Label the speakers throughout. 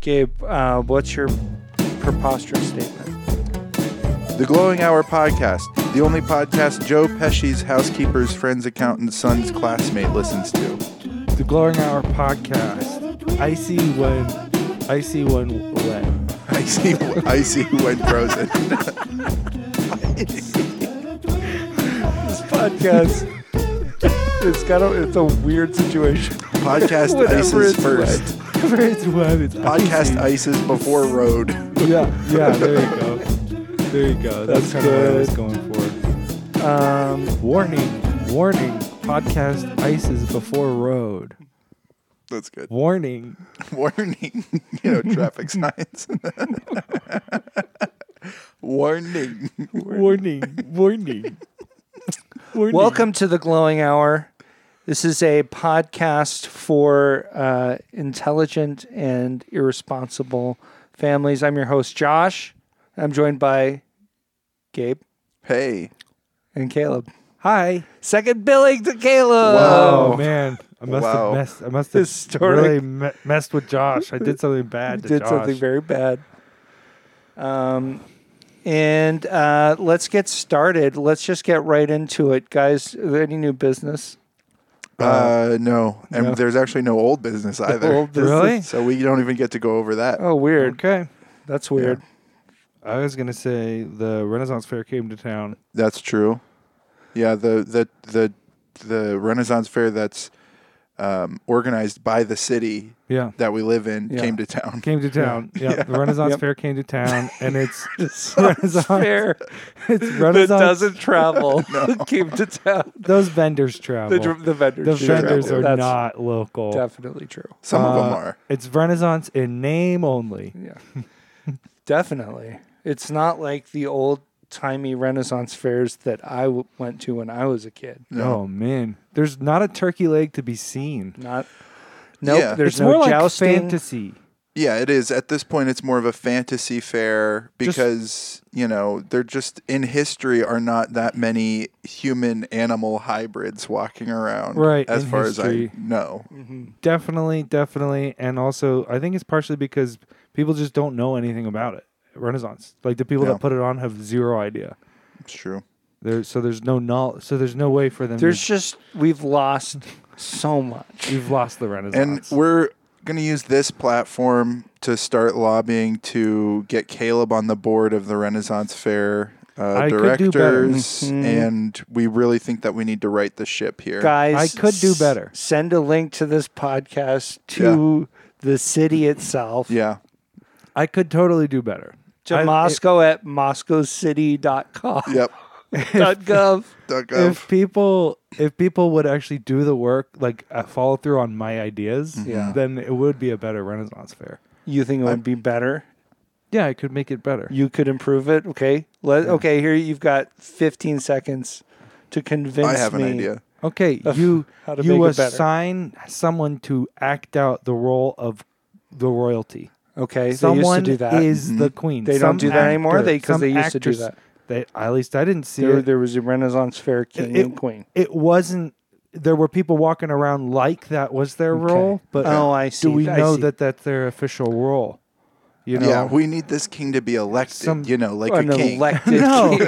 Speaker 1: Gabe, uh, what's your preposterous statement?
Speaker 2: The Glowing Hour Podcast, the only podcast Joe Pesci's housekeeper's friend's accountant's son's classmate listens to.
Speaker 3: The Glowing Hour podcast. Icy when, icy when wet.
Speaker 2: Icy, icy when frozen.
Speaker 1: This podcast, it's got a, it's a weird situation.
Speaker 2: Podcast
Speaker 1: Whatever
Speaker 2: ices
Speaker 1: it's
Speaker 2: first.
Speaker 3: Whenever it's wet, it's
Speaker 2: Podcast
Speaker 3: icy.
Speaker 2: ices before road.
Speaker 3: Yeah, yeah. There you go. There you go. That's,
Speaker 1: That's
Speaker 3: kind of what I was
Speaker 1: good.
Speaker 3: going for.
Speaker 1: Um,
Speaker 3: Warning, warning. Podcast ices before road.
Speaker 2: That's good.
Speaker 3: Warning.
Speaker 2: Warning. You know, traffic signs. Warning.
Speaker 3: Warning. Warning. warning.
Speaker 1: Welcome to the Glowing Hour. This is a podcast for uh, intelligent and irresponsible families. I'm your host, Josh. I'm joined by Gabe
Speaker 2: Hey.
Speaker 1: and Caleb.
Speaker 3: Hi.
Speaker 1: Second billing to Caleb.
Speaker 2: Wow.
Speaker 3: Oh man, I must
Speaker 2: Wow.
Speaker 3: have messed. I must have
Speaker 1: Historic.
Speaker 3: really me- messed with Josh. I did something bad. To
Speaker 1: Did
Speaker 3: Josh.
Speaker 1: something very bad. Um, and uh, let's get started. Let's just get right into it, guys. Any new business?
Speaker 2: Uh, no. And
Speaker 1: no.
Speaker 2: there's actually no old business either.
Speaker 1: Old business?
Speaker 3: Really?
Speaker 2: So we don't even get to go over that.
Speaker 1: Oh, weird.
Speaker 3: Okay.
Speaker 1: That's weird.
Speaker 3: I was gonna say the Renaissance Fair came to town.
Speaker 2: That's true. Yeah, the the the the Renaissance fair that's um, organized by the city
Speaker 3: Yeah.
Speaker 2: that we live in
Speaker 1: Yeah.
Speaker 2: came to town.
Speaker 3: Came to town. Yeah. The Renaissance
Speaker 1: Yep.
Speaker 3: Fair came to town, and it's
Speaker 1: Renaissance fair
Speaker 3: it's
Speaker 1: that
Speaker 3: Renaissance.
Speaker 1: doesn't travel came to town.
Speaker 3: Those vendors travel.
Speaker 1: The, dr- the vendors,
Speaker 3: The
Speaker 1: do
Speaker 3: vendors
Speaker 1: travel.
Speaker 3: are
Speaker 1: That's
Speaker 3: not local.
Speaker 1: definitely true.
Speaker 2: Some of them
Speaker 3: Uh,
Speaker 2: are.
Speaker 3: It's Renaissance in name only.
Speaker 1: Yeah, definitely. It's not like the old timey Renaissance fairs that I w- went to when I was a kid.
Speaker 2: No.
Speaker 3: Oh man, there's not a turkey leg to be seen.
Speaker 1: Not. Nope.
Speaker 2: Yeah.
Speaker 1: There's
Speaker 3: it's
Speaker 1: no
Speaker 3: more like
Speaker 1: jousting.
Speaker 3: fantasy.
Speaker 2: Yeah, it is. At this point, it's more of a fantasy fair because you know there just in history are not that many human animal hybrids walking around.
Speaker 3: Right,
Speaker 2: As
Speaker 3: in
Speaker 2: far as
Speaker 3: history. Mm-hmm.
Speaker 2: I know.
Speaker 3: Definitely, definitely, and also I think it's partially because people just don't know anything about it. Renaissance, like the people
Speaker 2: Yeah.
Speaker 3: that put it on, have zero idea.
Speaker 2: It's true.
Speaker 3: There, so there's no knowledge. So there's no way for them.
Speaker 1: There's
Speaker 3: to,
Speaker 1: just we've lost so much.
Speaker 3: we've lost the
Speaker 2: And
Speaker 3: Renaissance.
Speaker 2: we're going to use this platform to start lobbying to get Caleb on the board of the Renaissance Fair uh,
Speaker 3: I could do better. Mm-hmm.
Speaker 2: directors. And we really think that we need to right the ship here.
Speaker 1: Guys,
Speaker 3: I could do
Speaker 1: s-
Speaker 3: better.
Speaker 1: Send a link to this podcast to the city itself.
Speaker 2: Yeah.
Speaker 3: I could totally do better.
Speaker 1: to
Speaker 3: I-
Speaker 1: Moscow at moscowcity.com.
Speaker 2: Yep.
Speaker 1: Dot gov.
Speaker 2: Duck
Speaker 3: if people if people would actually do the work like uh, follow through on my ideas
Speaker 1: Yeah.
Speaker 3: then it would be a better renaissance fair
Speaker 1: You think it would be better?
Speaker 3: yeah i could make it better
Speaker 1: You could improve it. Okay. Let okay, here you've got 15 seconds to convince
Speaker 2: I have an
Speaker 1: me.
Speaker 2: idea.
Speaker 3: okay you
Speaker 1: How to
Speaker 3: you
Speaker 1: make it better.
Speaker 3: assign someone to act out the role of the royalty
Speaker 1: Okay. they used
Speaker 3: someone
Speaker 1: to do that. Mm-hmm.
Speaker 3: is the queen
Speaker 1: They don't
Speaker 3: Some
Speaker 1: do that anymore?
Speaker 3: actor,
Speaker 1: They- 'cause
Speaker 3: some
Speaker 1: they used to do
Speaker 3: actress-
Speaker 1: that.
Speaker 3: they at least i didn't see
Speaker 1: there,
Speaker 3: it
Speaker 1: there was a Renaissance fair king
Speaker 3: It-
Speaker 1: and queen.
Speaker 3: it wasn't there were people walking around like that was their role but
Speaker 1: Oh, I see.
Speaker 3: do we
Speaker 1: I
Speaker 3: know
Speaker 1: see.
Speaker 3: that that's their official role you know
Speaker 2: Yeah. We need this king to be elected,
Speaker 3: Some-
Speaker 2: you know, like
Speaker 1: An
Speaker 2: a king.
Speaker 1: elected king.
Speaker 3: no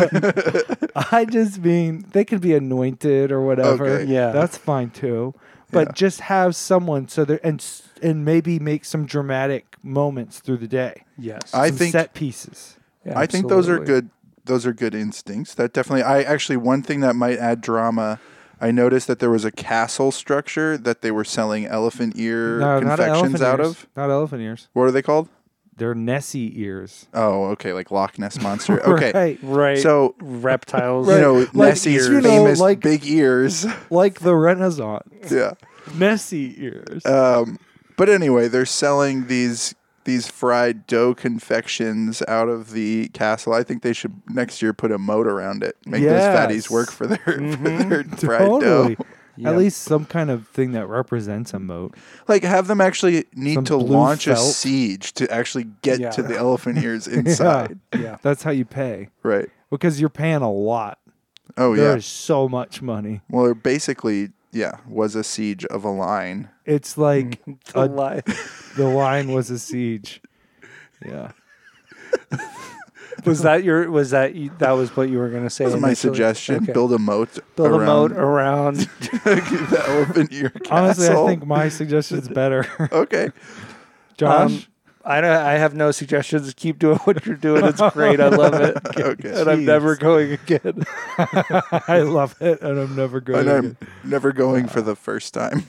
Speaker 3: i just mean they could be anointed or whatever
Speaker 2: Okay.
Speaker 1: Yeah.
Speaker 3: that's fine too but
Speaker 2: Yeah.
Speaker 3: just have someone so there and s- and maybe make some dramatic moments through the day
Speaker 1: Yes.
Speaker 2: I
Speaker 3: Some
Speaker 2: think-
Speaker 3: set pieces
Speaker 2: I think those are
Speaker 1: Absolutely.
Speaker 2: good. Those are good instincts. That definitely. I actually one thing that might add drama. I noticed that there was a castle structure that they were selling elephant ear
Speaker 3: no not
Speaker 2: confections
Speaker 3: elephant
Speaker 2: out
Speaker 3: ears
Speaker 2: of.
Speaker 3: not elephant ears
Speaker 2: What are they called?
Speaker 3: they're nessie ears
Speaker 2: Oh, okay, like Loch Ness monster. Okay,
Speaker 3: right
Speaker 1: Right.
Speaker 2: so
Speaker 1: reptiles.
Speaker 2: you know
Speaker 3: Like,
Speaker 2: Nessie is
Speaker 3: you know,
Speaker 2: famous
Speaker 3: like-
Speaker 2: big ears.
Speaker 3: like the renaissance
Speaker 2: yeah.
Speaker 3: nessie ears
Speaker 2: Um, but anyway, they're selling these these fried dough confections out of the castle. I think they should next year put a moat around it. Make those fatties
Speaker 3: Yes. Mm-hmm.
Speaker 2: work for their, for their fried
Speaker 3: totally.
Speaker 2: dough.
Speaker 1: Yep.
Speaker 3: At least some kind of thing that represents a moat.
Speaker 2: like have them actually need
Speaker 3: Some
Speaker 2: to
Speaker 3: blue
Speaker 2: launch a
Speaker 3: felt.
Speaker 2: siege to actually get
Speaker 1: Yeah.
Speaker 2: to the elephant ears inside
Speaker 1: Yeah.
Speaker 3: That's how you pay.
Speaker 2: right
Speaker 3: Because you're paying a lot.
Speaker 2: oh
Speaker 3: There
Speaker 2: yeah
Speaker 3: is so much money.
Speaker 2: well they're basically yeah, was a siege of a line.
Speaker 3: It's like
Speaker 1: The
Speaker 3: a-
Speaker 1: lie.
Speaker 3: the line was a siege. Yeah.
Speaker 1: was that your? Was that you, that was what you were going to say?
Speaker 2: That was my
Speaker 1: initially?
Speaker 2: suggestion.
Speaker 1: Okay.
Speaker 2: Build a moat
Speaker 1: Build
Speaker 2: around
Speaker 1: a moat around.
Speaker 2: the elephant ear castle.
Speaker 3: Honestly, I think my suggestion's better.
Speaker 2: okay.
Speaker 3: Josh,
Speaker 1: Um, I don't, I have no suggestions. Keep doing what you're doing. It's great. I love it.
Speaker 2: Okay.
Speaker 1: And I'm never going again.
Speaker 3: I love it, and I'm never going.
Speaker 2: And
Speaker 3: to
Speaker 2: I'm never going
Speaker 1: Uh,
Speaker 2: for the first time.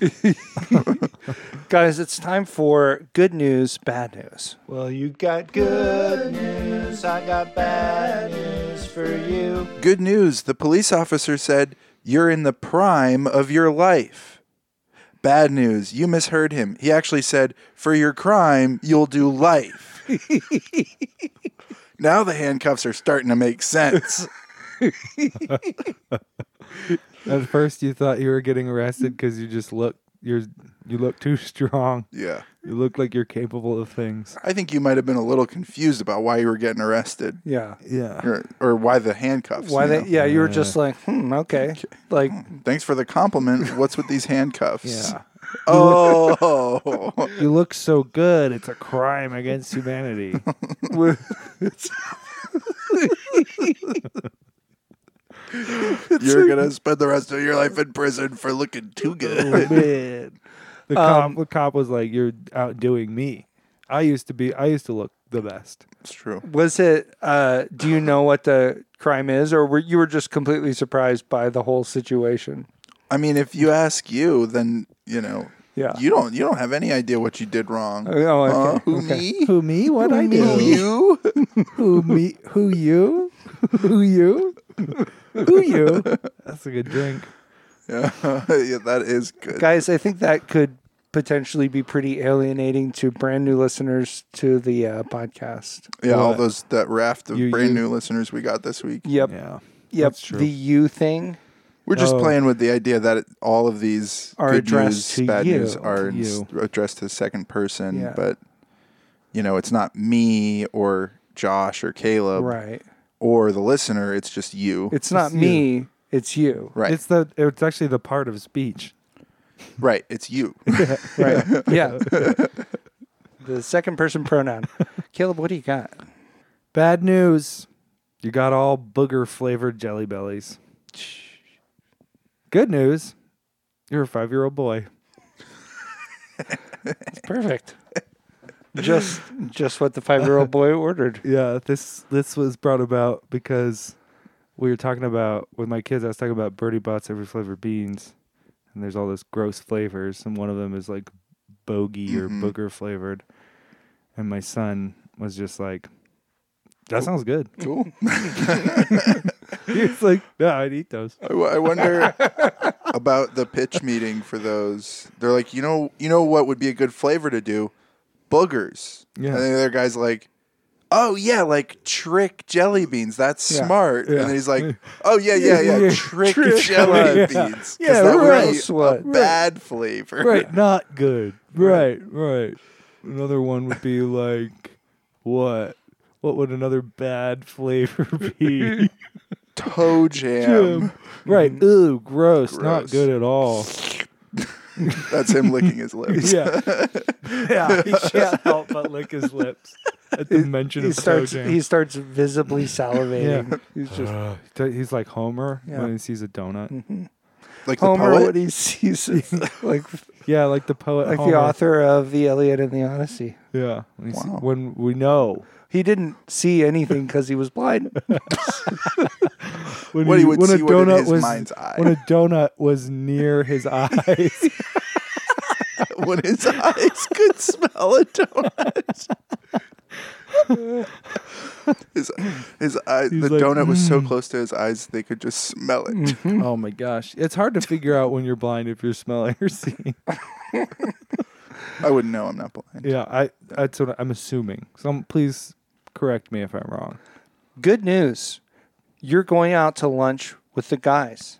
Speaker 1: Guys, it's time for good news, bad news.
Speaker 4: Well, you got good news, I got bad news for you.
Speaker 2: Good news. The police officer said, You're in the prime of your life. Bad news. You misheard him. He actually said, For your crime, you'll do life. now the handcuffs are starting to make sense.
Speaker 3: At first, you thought you were getting arrested because you just look you're you look too strong.
Speaker 2: yeah.
Speaker 3: You look like you're capable of things.
Speaker 2: I think you might have been a little confused about why you were getting arrested
Speaker 1: Yeah.
Speaker 3: Yeah.
Speaker 2: or, or why the handcuffs.
Speaker 1: Why
Speaker 2: you
Speaker 1: they?
Speaker 2: know?
Speaker 1: Yeah, you were just like, hmm, okay, like
Speaker 2: Thanks for the compliment. What's with these handcuffs?
Speaker 3: Yeah.
Speaker 2: Oh.
Speaker 3: You look so good. It's a crime against humanity.
Speaker 2: You're going to spend the rest of your life in prison for looking too good.
Speaker 3: the cop, the cop was like, "You're outdoing me." I used to be. I used to look the best.
Speaker 2: It's true.
Speaker 1: was it? Uh, do you know what the crime is, or were you were just completely surprised by the whole situation?
Speaker 2: I mean, if you ask you, then you know.
Speaker 1: Yeah.
Speaker 2: You don't. You don't have any idea what you did wrong.
Speaker 1: Oh, okay,
Speaker 2: Huh? who
Speaker 1: okay.
Speaker 2: me?
Speaker 3: Who me? What I
Speaker 2: Who you?
Speaker 3: Who me? Who you? Who you? Who you? That's a good drink.
Speaker 2: yeah, yeah, that is good.
Speaker 1: Guys, I think that could potentially be pretty alienating to brand new listeners to the uh, podcast.
Speaker 2: yeah, all
Speaker 3: What?
Speaker 2: those that raft of
Speaker 3: You-
Speaker 2: brand
Speaker 3: you-
Speaker 2: new listeners we got this week.
Speaker 1: Yep.
Speaker 3: Yeah.
Speaker 1: Yep.
Speaker 3: that's true.
Speaker 1: The you thing.
Speaker 2: We're just
Speaker 3: Oh.
Speaker 2: playing with the idea that it, all of these
Speaker 1: Are
Speaker 2: good
Speaker 1: addressed
Speaker 2: news,
Speaker 1: to
Speaker 2: bad
Speaker 1: you.
Speaker 2: news are
Speaker 3: To
Speaker 2: in s-
Speaker 3: you.
Speaker 2: addressed to the second person,
Speaker 1: Yeah.
Speaker 2: but you know, it's not me or Josh or Caleb
Speaker 1: Right.
Speaker 2: or the listener. It's just you.
Speaker 1: It's not
Speaker 3: you.
Speaker 1: me. It's you.
Speaker 2: right.
Speaker 3: It's the. It's actually the part of speech.
Speaker 2: right. It's you.
Speaker 1: Right. yeah. The second person pronoun. Caleb, what do you got?
Speaker 3: Bad news. You got all booger flavored jelly bellies. Good news. You're a five year old boy.
Speaker 1: It's perfect. just just what the five year old boy ordered.
Speaker 3: Yeah, this this was brought about because we were talking about with my kids. I was talking about Birdie Bott's every flavored beans, and there's all those gross flavors, and one of them is like bogey
Speaker 2: Mhm.
Speaker 3: or booger flavored. And my son was just like, "That sounds good."
Speaker 2: cool.
Speaker 3: He was like, "Yeah, I'd eat those."
Speaker 2: I, w- I wonder about the pitch meeting for those. They're like, you know, you know what would be a good flavor to do? Boogers.
Speaker 3: Yeah.
Speaker 2: And the other guy's like, oh yeah, like trick jelly beans. That's
Speaker 1: Yeah.
Speaker 2: smart.
Speaker 3: Yeah.
Speaker 2: And then he's like, oh yeah, yeah, yeah,
Speaker 3: Yeah.
Speaker 2: trick,
Speaker 3: Trick
Speaker 2: jelly
Speaker 3: jelly-
Speaker 2: beans.
Speaker 3: Yeah.
Speaker 2: 'Cause
Speaker 3: Yeah,
Speaker 2: that
Speaker 3: right.
Speaker 2: would be
Speaker 1: Guess what?
Speaker 2: a bad flavor.
Speaker 3: Right, not good. Right, right. Another one would be like, what? What would another bad flavor be?
Speaker 2: Toe jam.
Speaker 3: right. Ooh, gross. Not
Speaker 2: Mm-hmm. Gross.
Speaker 3: good at all.
Speaker 2: That's him licking his lips.
Speaker 3: Yeah. yeah. He can't help but lick his lips at the mention
Speaker 1: He
Speaker 3: of
Speaker 1: starts
Speaker 3: toe jam.
Speaker 1: he starts visibly salivating.
Speaker 3: Yeah.
Speaker 1: He's just
Speaker 3: Ugh. T- Uh, he's like Homer
Speaker 1: Yeah.
Speaker 3: when he sees a donut.
Speaker 2: Mm. Like the
Speaker 1: Homer
Speaker 2: poet.
Speaker 1: what he sees is like
Speaker 3: Yeah, like the poet.
Speaker 1: like
Speaker 3: Homer.
Speaker 1: the author of the Iliad and the Odyssey.
Speaker 3: Yeah. When, he see-
Speaker 2: Wow.
Speaker 3: when we know.
Speaker 1: He didn't see anything because he was blind.
Speaker 3: When
Speaker 2: What he would
Speaker 3: when
Speaker 2: see
Speaker 3: a
Speaker 2: what in
Speaker 3: donut
Speaker 2: his
Speaker 3: was,
Speaker 2: mind's eye.
Speaker 3: When a donut was near his eyes.
Speaker 2: when his eyes could smell a donut. his his eyes,
Speaker 3: He's
Speaker 2: the
Speaker 3: like, "Hmm."
Speaker 2: donut was so close to his eyes they could just smell it.
Speaker 3: Oh my gosh. It's hard to figure out when you're blind if you're smelling or seeing.
Speaker 2: I wouldn't know. I'm not blind.
Speaker 3: Yeah, I that's what I'm assuming. Some please correct me if I'm wrong.
Speaker 1: Good news. You're going out to lunch with the guys.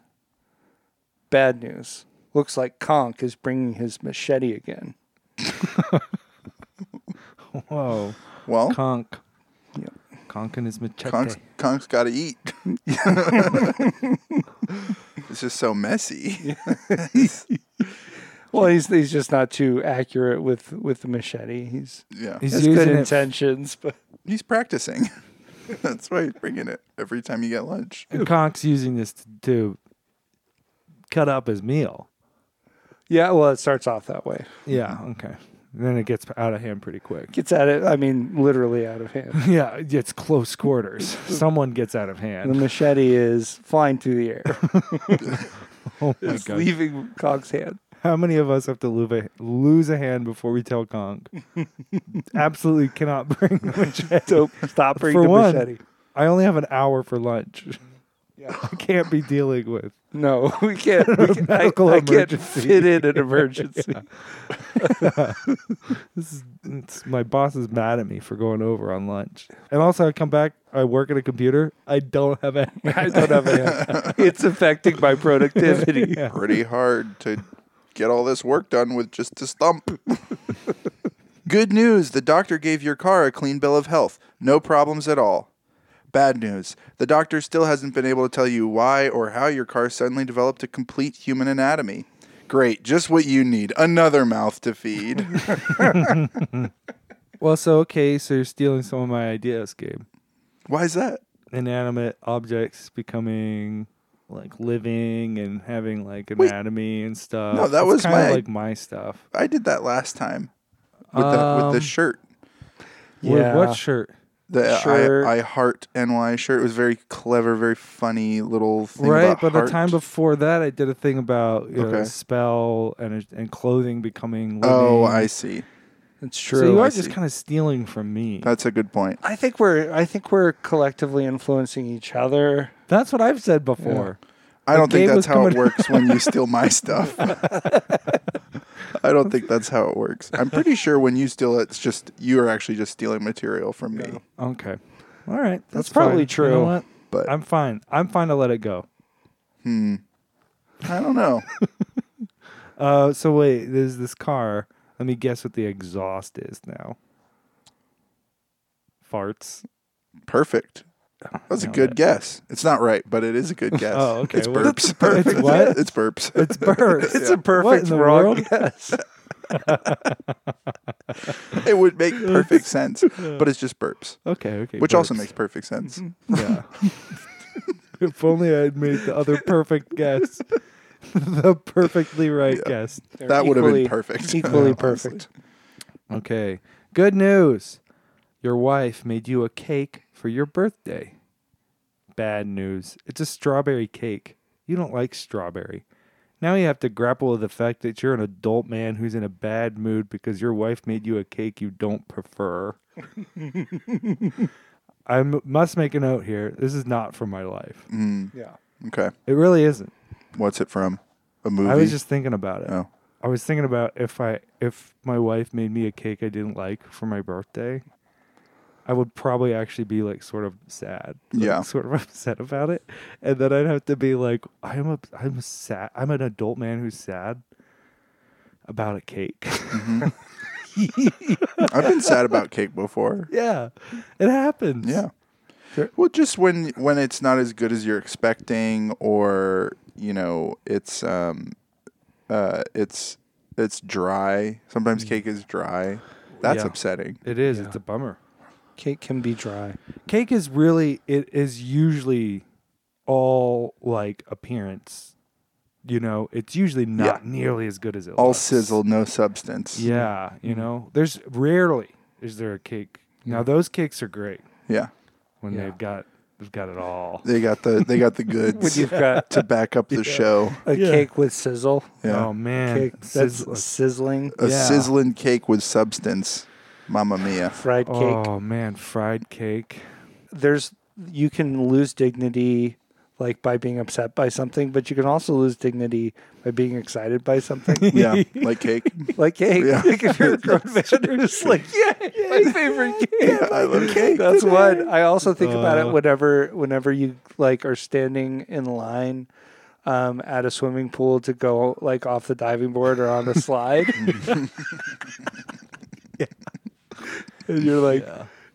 Speaker 1: Bad news. Looks like Conk is bringing his machete again.
Speaker 3: Whoa.
Speaker 2: Well,
Speaker 3: Conk.
Speaker 1: Yep.
Speaker 3: Conk and his machete.
Speaker 2: Conk's, Conk's got to eat. It's just so messy.
Speaker 1: Well, he's he's just not too accurate with with the machete. He's
Speaker 2: Yeah.
Speaker 3: He's
Speaker 1: has good
Speaker 3: using it-
Speaker 1: intentions, but
Speaker 2: He's practicing. That's why he's bringing it every time you get lunch.
Speaker 3: And Conk's using this to, to cut up his meal.
Speaker 1: yeah, well, it starts off that way.
Speaker 3: Yeah. Okay. Then it gets out of hand pretty quick.
Speaker 1: Gets at it. I mean, literally out of hand.
Speaker 3: Yeah, it's close quarters. Someone gets out of
Speaker 1: The
Speaker 3: hand.
Speaker 1: machete is flying through the air.
Speaker 3: Oh my
Speaker 1: it's
Speaker 3: God.
Speaker 1: leaving Cog's hand.
Speaker 3: How many of us have to lose a, lose a hand before we tell Kong? Absolutely cannot bring the machete.
Speaker 1: So stop bringing
Speaker 3: For
Speaker 1: the
Speaker 3: one.
Speaker 1: machete.
Speaker 3: I only have an hour for lunch.
Speaker 1: Yeah.
Speaker 3: I can't be dealing with.
Speaker 1: No, we can't. We can't I,
Speaker 3: Medical
Speaker 1: I can't
Speaker 3: emergency.
Speaker 1: fit in an emergency.
Speaker 3: This is it's, my boss is mad at me for going over on lunch. And also, I come back. I work at a computer. I don't have a.
Speaker 1: I don't have a hand. It's affecting my productivity.
Speaker 3: Yeah.
Speaker 2: Pretty hard to get all this work done with just this thump. Good news the doctor gave your car a clean bill of health. No problems at all. Bad news the doctor still hasn't been able to tell you why or how your car suddenly developed a complete human anatomy. Great, just what you need another mouth to feed.
Speaker 3: Well, so okay, so you're stealing some of my ideas, Gabe.
Speaker 2: why is that?
Speaker 3: Inanimate objects becoming like living and having like
Speaker 2: Wait.
Speaker 3: anatomy and stuff.
Speaker 2: No, that
Speaker 3: It's
Speaker 2: was
Speaker 3: kinda
Speaker 2: my-
Speaker 3: like my stuff.
Speaker 2: I did that last time with, the, with
Speaker 3: Um,
Speaker 2: the shirt.
Speaker 1: Yeah.
Speaker 3: With what shirt?
Speaker 2: The
Speaker 1: Sure.
Speaker 2: I, I heart NY shirt It was very clever, very funny little thing.
Speaker 3: Right,
Speaker 2: about
Speaker 3: but the
Speaker 2: heart.
Speaker 3: time before that, I did a thing about you know,
Speaker 2: Okay.
Speaker 3: spell and and clothing becoming. Living.
Speaker 2: Oh, I see.
Speaker 1: It's true.
Speaker 3: So you
Speaker 2: I
Speaker 3: are
Speaker 2: see.
Speaker 3: just kind of stealing from me.
Speaker 2: That's a good point.
Speaker 1: I think we're I think we're collectively influencing each other.
Speaker 3: That's what I've said before.
Speaker 2: I don't think
Speaker 3: Gabe
Speaker 2: that's
Speaker 3: was
Speaker 2: how it
Speaker 3: coming-
Speaker 2: works when you steal my stuff. I don't think that's how it works. I'm pretty sure when you steal it, it's just you are actually just stealing material from me.
Speaker 3: Okay. All right. That's,
Speaker 1: probably
Speaker 3: fine.
Speaker 1: true.
Speaker 3: You know what?
Speaker 2: But
Speaker 3: I'm fine. I'm fine to let it go.
Speaker 2: I don't know.
Speaker 3: Uh, so wait, there's this car. Let me guess what the exhaust is now. Farts.
Speaker 2: Perfect. That's a
Speaker 3: Nailed
Speaker 2: good
Speaker 3: it.
Speaker 2: guess. It's not right, but it is a good guess.
Speaker 3: Oh, okay.
Speaker 2: It's
Speaker 3: Well, that's
Speaker 2: burps.
Speaker 3: perfect. It's what?
Speaker 2: It's burps.
Speaker 3: It's birds.
Speaker 1: It's a
Speaker 3: What
Speaker 1: perfect
Speaker 3: in the
Speaker 1: wrong
Speaker 3: world?
Speaker 1: guess.
Speaker 2: it would make perfect sense, but it's just burps,
Speaker 3: Okay. Okay.
Speaker 2: which also
Speaker 3: burps. Mm-hmm.
Speaker 2: makes perfect sense.
Speaker 3: Yeah. if only I had made the other perfect guess, the perfectly right guess.
Speaker 1: They're
Speaker 2: That would have been
Speaker 1: equally-
Speaker 2: perfect.
Speaker 1: Equally
Speaker 2: Yeah,
Speaker 1: perfect.
Speaker 3: Okay. Good news. Your wife made you a cake for your birthday. Bad news. It's a strawberry cake. You don't like strawberry. Now you have to grapple with the fact that you're an adult man who's in a bad mood because your wife made you a cake you don't prefer. I m- must make a note here. This is not from my life.
Speaker 1: Yeah.
Speaker 2: Okay.
Speaker 3: It really isn't.
Speaker 2: What's it from? A movie?
Speaker 3: I was just thinking about it.
Speaker 2: Oh.
Speaker 3: I was thinking about if I if my wife made me a cake I didn't like for my birthday, I would probably actually be like sort of sad, like,
Speaker 2: Yeah.
Speaker 3: sort of upset about it, and then I'd have to be like, I'm a I'm sad. I'm an adult man who's sad about a cake.
Speaker 2: I've been sad about cake before.
Speaker 3: yeah, it happens.
Speaker 2: Yeah. Well, just when when it's not as good as you're expecting, or you know, it's um, uh, it's it's dry. Sometimes cake is dry. That's
Speaker 3: Mm. Yeah.
Speaker 2: upsetting.
Speaker 3: it is. It's a bummer.
Speaker 1: Cake can be dry.
Speaker 3: Cake is really it is usually all like appearance. You know, it's usually not nearly as good as it
Speaker 2: All
Speaker 3: looks.
Speaker 2: sizzle, no substance.
Speaker 3: Yeah, you know, there's rarely is there a cake. Now those cakes are great
Speaker 2: Yeah.
Speaker 3: when they've got they've got it all.
Speaker 2: They got the they got the
Speaker 1: When
Speaker 2: goods
Speaker 1: you've got
Speaker 2: to back up the show.
Speaker 1: a
Speaker 3: Yeah.
Speaker 1: cake with sizzle,
Speaker 2: Yeah.
Speaker 3: Oh man,
Speaker 1: cake that's
Speaker 3: Sizzler.
Speaker 1: sizzling,
Speaker 2: A
Speaker 3: yeah.
Speaker 2: sizzling cake with substance. Mamma mia.
Speaker 1: fried cake.
Speaker 3: oh man, fried cake.
Speaker 1: There's you can lose dignity like by being upset by something, but you can also lose dignity by being excited by something.
Speaker 2: Yeah, like cake.
Speaker 1: like cake.
Speaker 2: Yeah.
Speaker 1: Like if you're a grown man who's like, yeah, my favorite cake.
Speaker 2: I love cake.
Speaker 1: That's one. I also think about it
Speaker 3: Uh.
Speaker 1: whenever whenever you like are standing in line um, at a swimming pool to go like off the diving board or on a slide. And you're like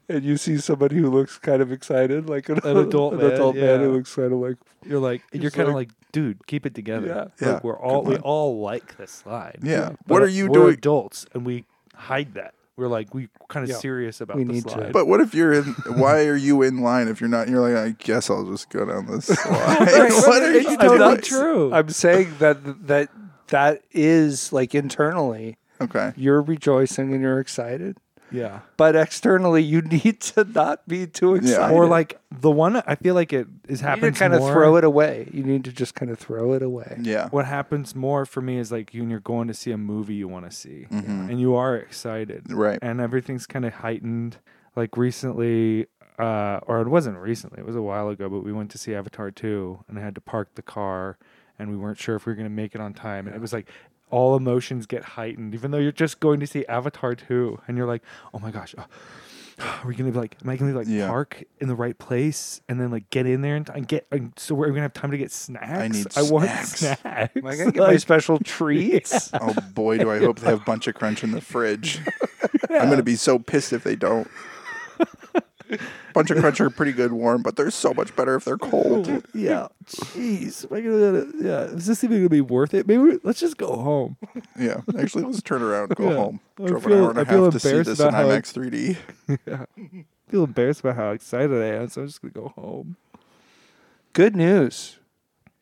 Speaker 1: and you see somebody who looks kind of excited, like an,
Speaker 3: An adult
Speaker 1: an
Speaker 3: man,
Speaker 1: adult man
Speaker 3: yeah.
Speaker 1: who looks kind of like
Speaker 3: You're like you're
Speaker 1: Just
Speaker 3: kind of
Speaker 1: like-
Speaker 3: like dude, keep it together.
Speaker 2: Yeah.
Speaker 3: Like we're all
Speaker 2: Come
Speaker 3: we all like this slide.
Speaker 2: Yeah.
Speaker 3: But
Speaker 2: What are you
Speaker 3: we're
Speaker 2: doing?
Speaker 3: Adults, and we hide that. We're like we kind of
Speaker 1: Yeah.
Speaker 3: serious about
Speaker 1: We
Speaker 3: the
Speaker 1: need to.
Speaker 3: slide.
Speaker 2: But what if you're in? Why are you in line if you're not? You're like, I guess I'll just go down this slide. what are you
Speaker 3: It's
Speaker 1: I'm
Speaker 3: totally
Speaker 1: not-
Speaker 2: doing?
Speaker 3: true.
Speaker 1: I'm saying that that that is like internally
Speaker 2: Okay.
Speaker 1: you're rejoicing and you're excited,
Speaker 3: yeah.
Speaker 1: but externally you need to not be too excited.
Speaker 3: Or like the one I feel like it is
Speaker 1: you need
Speaker 3: happening.
Speaker 1: to kind of throw it away. You need to just kind of throw it away.
Speaker 2: Yeah.
Speaker 3: What happens more for me is like you and you're going to see a movie you want to see, and you are excited,
Speaker 2: Mm-hmm. Right.
Speaker 3: And everything's kind of heightened. Like recently, uh, or it wasn't recently; it was a while ago. But we went to see Avatar two, and I had to park the car, and we weren't sure if we were going to make it on time. And it was like all emotions get heightened, even though you're just going to see Avatar two, and you're like, oh my gosh. uh, are we gonna be like? Am I gonna like
Speaker 2: Yeah.
Speaker 3: park in the right place and then like get in there and, and get? And so we're gonna have time to get snacks.
Speaker 2: need
Speaker 3: I want
Speaker 2: snacks.
Speaker 3: snacks.
Speaker 1: Am I gonna get my special treats?
Speaker 2: Oh boy, do I hope they have bunch of crunch in the fridge. I'm gonna be so pissed if they don't. Bunch of crunch are pretty good warm, but they're so much better if they're cold.
Speaker 3: yeah. Jeez. Am I gonna? Yeah. Is this even gonna be worth it? Maybe we- let's just go home.
Speaker 2: Yeah, actually, let's turn around, go
Speaker 3: Yeah.
Speaker 2: home.
Speaker 3: I
Speaker 2: Drove
Speaker 3: feel-
Speaker 2: an hour and
Speaker 3: I
Speaker 2: a
Speaker 3: feel
Speaker 2: half to see
Speaker 3: embarrassed
Speaker 2: this in
Speaker 3: about how I-
Speaker 2: IMAX 3D.
Speaker 3: I feel embarrassed about how excited I am, so I'm just gonna go home.
Speaker 1: Good news.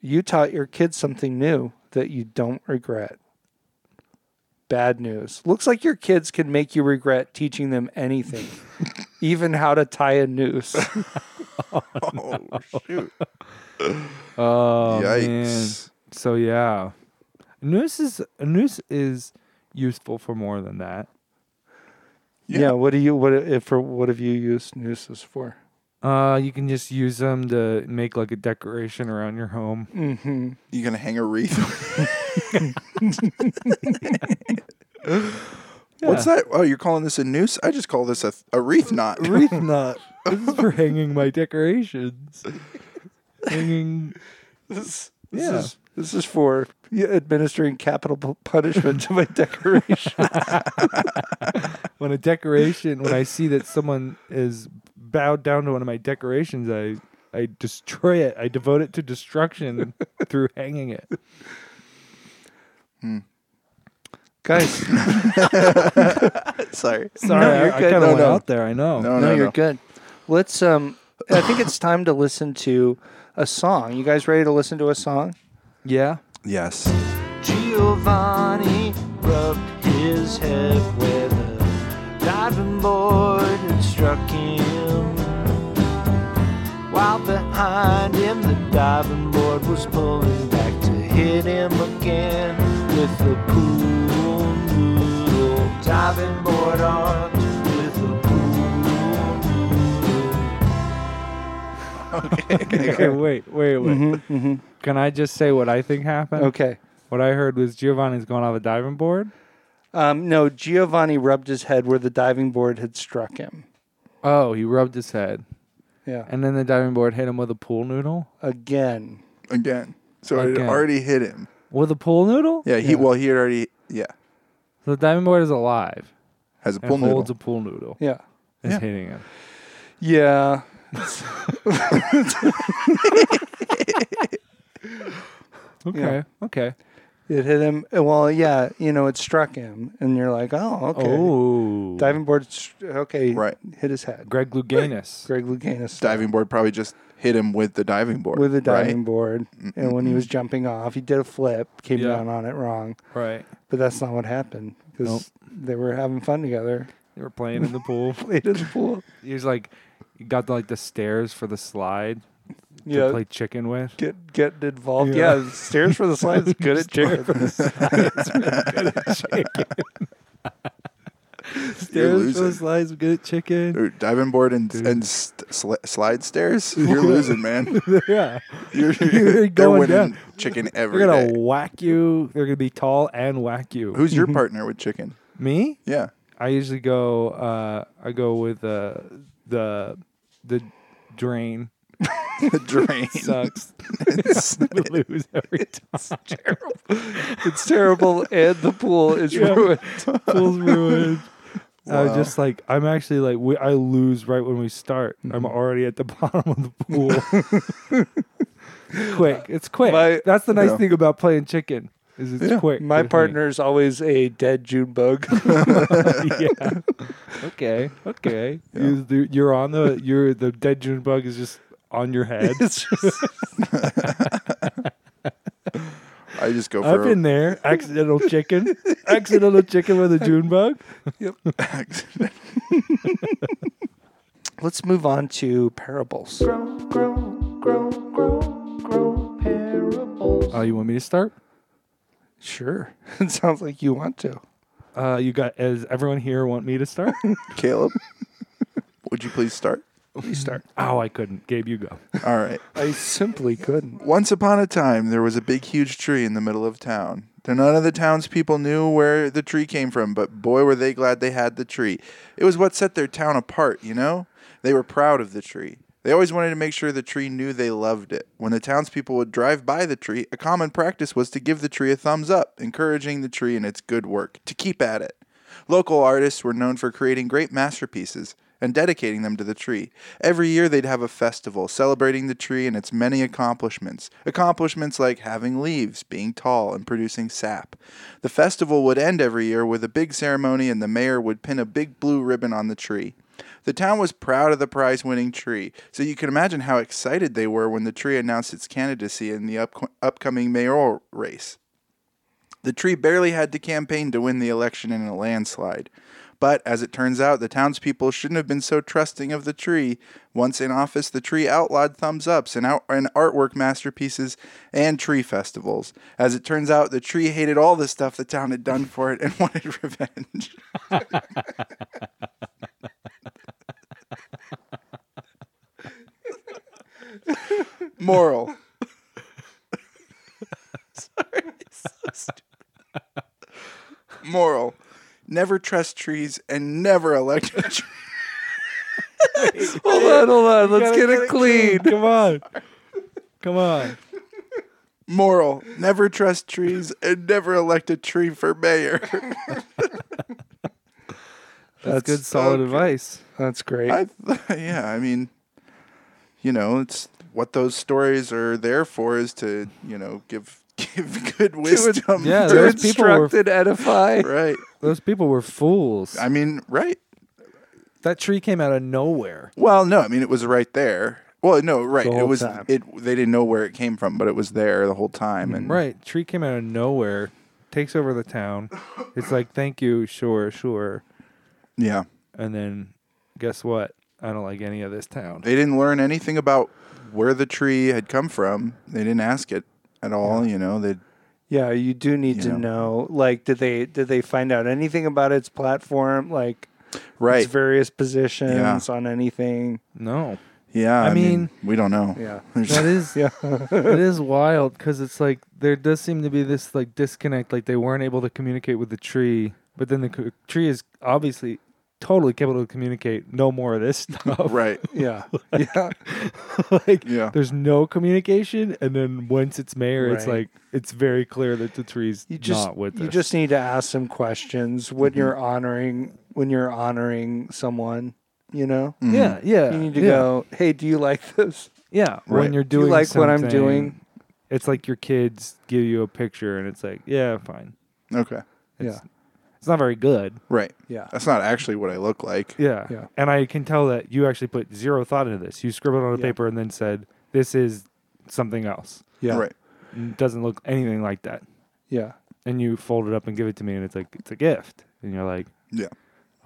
Speaker 1: You taught your kids something new that you don't regret. Bad news. Looks like your kids can make you regret teaching them anything, even how to tie a noose.
Speaker 2: Oh shoot!
Speaker 3: Oh man.
Speaker 2: Yikes!
Speaker 3: So yeah, a noose is a noose is useful for more than that.
Speaker 1: yeah.
Speaker 2: Yeah.
Speaker 1: What do you what if for what have you used nooses for?
Speaker 3: Uh, you can just use them to make like a decoration around your home.
Speaker 1: Mm-hmm.
Speaker 2: You gonna hang a wreath? What's that? Oh, you're calling this a noose? I just call this a, a wreath knot.
Speaker 3: wreath knot. This is for hanging my decorations. hanging.
Speaker 1: This, this
Speaker 3: Yeah.
Speaker 1: is this is for administering capital pu- punishment to my decoration.
Speaker 3: When a decoration, when I see that someone is bowed down to one of my decorations, I I destroy it. I devote it to destruction through hanging it.
Speaker 1: Guys,
Speaker 2: Sorry.
Speaker 3: Sorry,
Speaker 1: No, you're
Speaker 3: I, I
Speaker 1: good.
Speaker 3: kind of
Speaker 1: No,
Speaker 3: went
Speaker 2: no.
Speaker 3: out there. I know.
Speaker 2: No,
Speaker 1: no,
Speaker 2: no,
Speaker 1: you're
Speaker 2: no.
Speaker 1: good. Let's. Um, I think it's time to listen to a song. You guys ready to listen to a song?
Speaker 3: Yeah.
Speaker 2: Yes.
Speaker 4: Giovanni rubbed his head with a diving board and struck him. While behind him, the diving board was pulling back to hit him again with a pool noodle. Diving board armed with a pool noodle.
Speaker 3: Okay. Wait. Wait. Wait. Can I just say what I think happened?
Speaker 1: Mm-hmm. Okay.
Speaker 3: What I heard was Giovanni's going off a diving board.
Speaker 1: Um, no, Giovanni rubbed his head where the diving board had struck him.
Speaker 3: Oh, he rubbed his head,
Speaker 1: Yeah.
Speaker 3: and then the diving board hit him with a pool noodle.
Speaker 1: Again.
Speaker 2: Again. So it
Speaker 3: Again.
Speaker 2: already hit him.
Speaker 3: With a pool noodle?
Speaker 2: Yeah. He. Well, he had already. Yeah.
Speaker 3: So the diving board is alive.
Speaker 2: Has a
Speaker 3: and
Speaker 2: pool noodle.
Speaker 3: holds a pool noodle.
Speaker 1: Yeah.
Speaker 3: Is
Speaker 2: Yeah.
Speaker 3: hitting him.
Speaker 1: Yeah.
Speaker 3: Okay. Okay.
Speaker 1: It hit him. uh, Well, yeah. You know, it struck him, and you're like, oh, okay.
Speaker 3: Oh.
Speaker 1: Diving board. str- Okay.
Speaker 2: Right.
Speaker 1: Hit his head.
Speaker 3: Greg Louganis.
Speaker 1: Greg Louganis.
Speaker 2: diving board probably just hit him with the diving board.
Speaker 1: with a diving
Speaker 2: right? Mm-hmm.
Speaker 1: board, and when he was jumping off, he did a flip, came
Speaker 3: Yeah.
Speaker 1: down on it wrong.
Speaker 3: Right.
Speaker 1: But that's not what happened because they were having fun together.
Speaker 3: They were playing in the pool.
Speaker 1: Played in the pool.
Speaker 3: he was like, you got the, like the stairs for the slide
Speaker 1: Yeah,
Speaker 3: to play chicken with.
Speaker 1: get getting involved.
Speaker 3: Yeah.
Speaker 1: Yeah, stairs for the slides. Good at chicken.
Speaker 3: Stairs for the
Speaker 2: losing.
Speaker 3: slides. Good at chicken.
Speaker 2: Dude, diving board and and st- sli- slide stairs. You're losing, man.
Speaker 3: yeah.
Speaker 2: You're,
Speaker 3: You're
Speaker 2: they're
Speaker 3: going
Speaker 2: winning
Speaker 3: down.
Speaker 2: chicken every
Speaker 3: They're gonna
Speaker 2: day.
Speaker 3: whack you. They're gonna be tall and whack you.
Speaker 2: Who's your partner with chicken?
Speaker 3: me?
Speaker 2: Yeah.
Speaker 3: I usually go. Uh, I go with uh, the the drain
Speaker 2: The drain.
Speaker 3: sucks. we lose every time.
Speaker 1: it's terrible, and the pool is
Speaker 3: Yeah.
Speaker 1: ruined.
Speaker 3: Pool's ruined. I was
Speaker 2: Wow.
Speaker 3: just like, I'm actually like, we, I lose right when we start. I'm already at the bottom of the pool. quick. It's quick.
Speaker 1: My-
Speaker 3: That's the nice
Speaker 2: Yeah.
Speaker 3: thing about playing chicken is it's
Speaker 2: Yeah.
Speaker 3: quick.
Speaker 1: My
Speaker 3: with me.
Speaker 1: partner's always a dead June bug.
Speaker 3: yeah. Okay. Okay. You, the- you're on the you're the dead June bug is just on your head.
Speaker 1: It's just-
Speaker 2: I just go
Speaker 3: I've
Speaker 2: for
Speaker 3: been there. Accidental chicken. Accidental chicken with a June bug.
Speaker 2: a
Speaker 1: Let's move on to parables.
Speaker 3: Oh, you want me to start?
Speaker 1: Sure. It sounds like you want to.
Speaker 3: Uh, you got? Does everyone here want me to start?
Speaker 2: Caleb. Would you please start?
Speaker 1: You start.
Speaker 3: oh, I couldn't. Gabe, you go.
Speaker 2: All right.
Speaker 1: I simply couldn't.
Speaker 2: Once upon a time, there was a big, huge tree in the middle of town. Though None of the townspeople knew where the tree came from, but boy, were they glad they had the tree. It was what set their town apart, you know? They were proud of the tree. They always wanted to make sure the tree knew they loved it. When the townspeople would drive by the tree, a common practice was to give the tree a thumbs up, encouraging the tree in its good work, to keep at it. Local artists were known for creating great masterpieces and dedicating them to the tree. Every year they'd have a festival celebrating the tree and its many accomplishments. Accomplishments like having leaves, being tall, and producing sap. The festival would end every year with a big ceremony and the mayor would pin a big blue ribbon on the tree. The town was proud of the prize winning tree, so you can imagine how excited they were when the tree announced its candidacy in the up- upcoming mayoral race. The tree barely had to campaign to win the election in a landslide. But as it turns out, the townspeople shouldn't have been so trusting of the tree. Once in office, the tree outlawed thumbs ups and, out- and artwork masterpieces and tree festivals. As it turns out, the tree hated all the stuff the town had done for it and wanted revenge. Moral. Moral. Never trust trees and never elect a tree.
Speaker 1: Hold on, hold on. Let's
Speaker 3: gotta
Speaker 1: get,
Speaker 3: get
Speaker 1: it clean.
Speaker 3: Come on. Come on.
Speaker 2: Moral. Never trust trees and never elect a tree for mayor.
Speaker 3: That's, good, solid advice.
Speaker 1: That's great.
Speaker 2: I, yeah, I mean, you know, it's what those stories are there for is to, you know, give give good wisdom.
Speaker 3: yeah,
Speaker 2: to-
Speaker 1: to
Speaker 3: those people were-
Speaker 1: instruct and edify.
Speaker 2: right.
Speaker 3: Those people were fools.
Speaker 2: I mean, right.
Speaker 3: that tree came out of nowhere.
Speaker 2: Well, no, I mean it was right there. Well, no, right.
Speaker 1: The whole
Speaker 2: It was
Speaker 1: time.
Speaker 2: it. They didn't know where it came from, but it was there the whole time. And
Speaker 3: Right. Tree came out of nowhere, takes over the town. It's like, thank you, sure, sure.
Speaker 2: yeah,
Speaker 3: And then guess what? I don't like any of this town.
Speaker 2: they didn't learn anything about where the tree had come from. They didn't ask it at all. You know, they
Speaker 1: Yeah, you do need to
Speaker 2: Yeah.
Speaker 1: know. Like, did they did they find out anything about its platform? Like,
Speaker 2: right.
Speaker 1: its various positions on anything?
Speaker 3: No.
Speaker 2: yeah,
Speaker 3: I
Speaker 2: I, mean,
Speaker 3: mean-
Speaker 2: we don't know.
Speaker 1: Yeah.
Speaker 3: That is
Speaker 1: Yeah.
Speaker 3: it is wild because it's like there does seem to be this like disconnect like they weren't able to communicate with the tree but then the c- tree is obviously totally capable to communicate no more of this stuff
Speaker 2: Right.
Speaker 1: Yeah. yeah.
Speaker 3: like
Speaker 2: Yeah.
Speaker 3: there's no communication and then once it's mayor it's
Speaker 1: Right.
Speaker 3: like it's very clear that the tree's
Speaker 1: You just
Speaker 3: not with
Speaker 1: you
Speaker 3: us.
Speaker 1: just need to ask some questions when you're honoring when you're honoring someone. You know,
Speaker 2: Mm.
Speaker 3: yeah yeah
Speaker 1: you need to
Speaker 3: yeah,
Speaker 1: go. Hey, do you like this?
Speaker 3: yeah when
Speaker 2: Right.
Speaker 3: you're
Speaker 1: Do
Speaker 3: doing
Speaker 1: you like what I'm
Speaker 3: something,
Speaker 1: doing?
Speaker 3: it's like your kids give you a picture and it's like yeah fine
Speaker 2: Mm-hmm. Okay.
Speaker 1: Yeah.
Speaker 3: it's not very good
Speaker 2: Right.
Speaker 1: Yeah.
Speaker 2: That's not actually what I look like.
Speaker 3: Yeah.
Speaker 1: Yeah.
Speaker 3: And I can tell that you actually put zero thought into this. You scribbled on a
Speaker 1: Yeah.
Speaker 3: paper and then said, this is something else.
Speaker 1: Yeah.
Speaker 2: Right.
Speaker 3: It doesn't look anything like that.
Speaker 1: Yeah.
Speaker 3: And you fold it up and give it to me and it's like, it's a gift. And you're like,
Speaker 2: Yeah.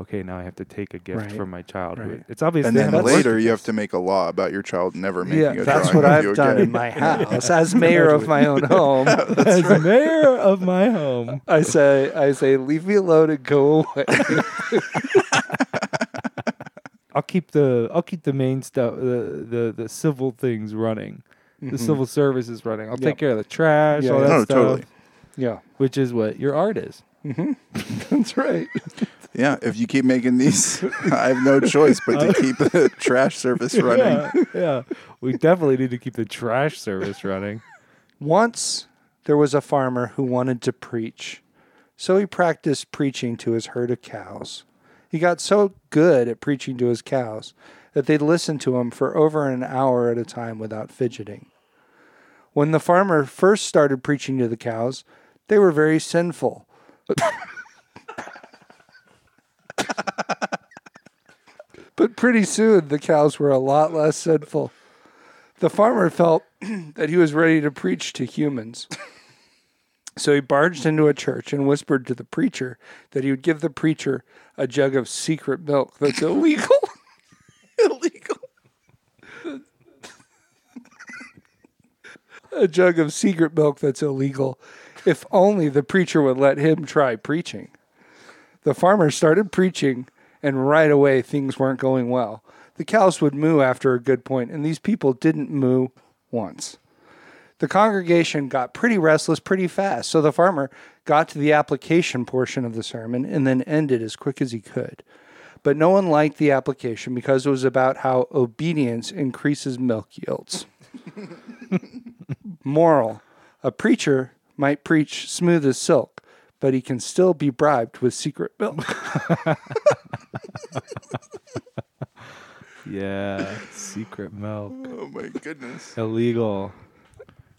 Speaker 3: okay, now I have to take a gift
Speaker 1: Right.
Speaker 3: from my childhood.
Speaker 1: Right.
Speaker 3: It's obvious.
Speaker 2: And
Speaker 3: they
Speaker 2: then
Speaker 3: haven't worked
Speaker 2: later,
Speaker 3: at
Speaker 2: you
Speaker 3: this.
Speaker 2: have to make a law about your child never making
Speaker 3: Yeah,
Speaker 2: a
Speaker 1: That's
Speaker 2: drawing
Speaker 1: what
Speaker 2: of
Speaker 1: I've
Speaker 2: you
Speaker 1: done
Speaker 2: again.
Speaker 1: in my house as mayor of my own home.
Speaker 3: As mayor of my home,
Speaker 1: I say, I say, leave me alone and go away.
Speaker 3: I'll keep the I'll keep the main stuff, the the, the civil things running, the civil services running. I'll
Speaker 1: Mm-hmm. Yep.
Speaker 3: take care of the trash,
Speaker 1: Yeah,
Speaker 3: all
Speaker 1: yeah. Oh,
Speaker 3: that
Speaker 2: No,
Speaker 3: stuff,
Speaker 2: totally.
Speaker 1: yeah,
Speaker 3: which is what your art is.
Speaker 1: that's right.
Speaker 2: Yeah, if you keep making these, I have no choice but
Speaker 1: Uh,
Speaker 2: to keep the trash service running.
Speaker 3: yeah, we definitely need to keep the trash service running.
Speaker 1: Once there was a farmer who wanted to preach, so he practiced preaching to his herd of cows. He got so good at preaching to his cows that they'd listen to him for over an hour at a time without fidgeting. When the farmer first started preaching to the cows, they were very sinful. but pretty soon the cows were a lot less sinful. The farmer felt that he was ready to preach to humans. So he barged into a church and whispered to the preacher that he would give the preacher a jug of secret milk that's illegal.
Speaker 2: Illegal.
Speaker 1: a jug of secret milk that's illegal if only the preacher would let him try preaching. The farmer started preaching, and right away things weren't going well. The cows would moo after a good point, and these people didn't moo once. The congregation got pretty restless pretty fast, so the farmer got to the application portion of the sermon and then ended as quick as he could. But no one liked the application because it was about how obedience increases milk yields. Moral A preacher might preach smooth as silk, but he can still be bribed with secret milk.
Speaker 3: Yeah. Secret milk.
Speaker 2: Oh my goodness.
Speaker 3: Illegal.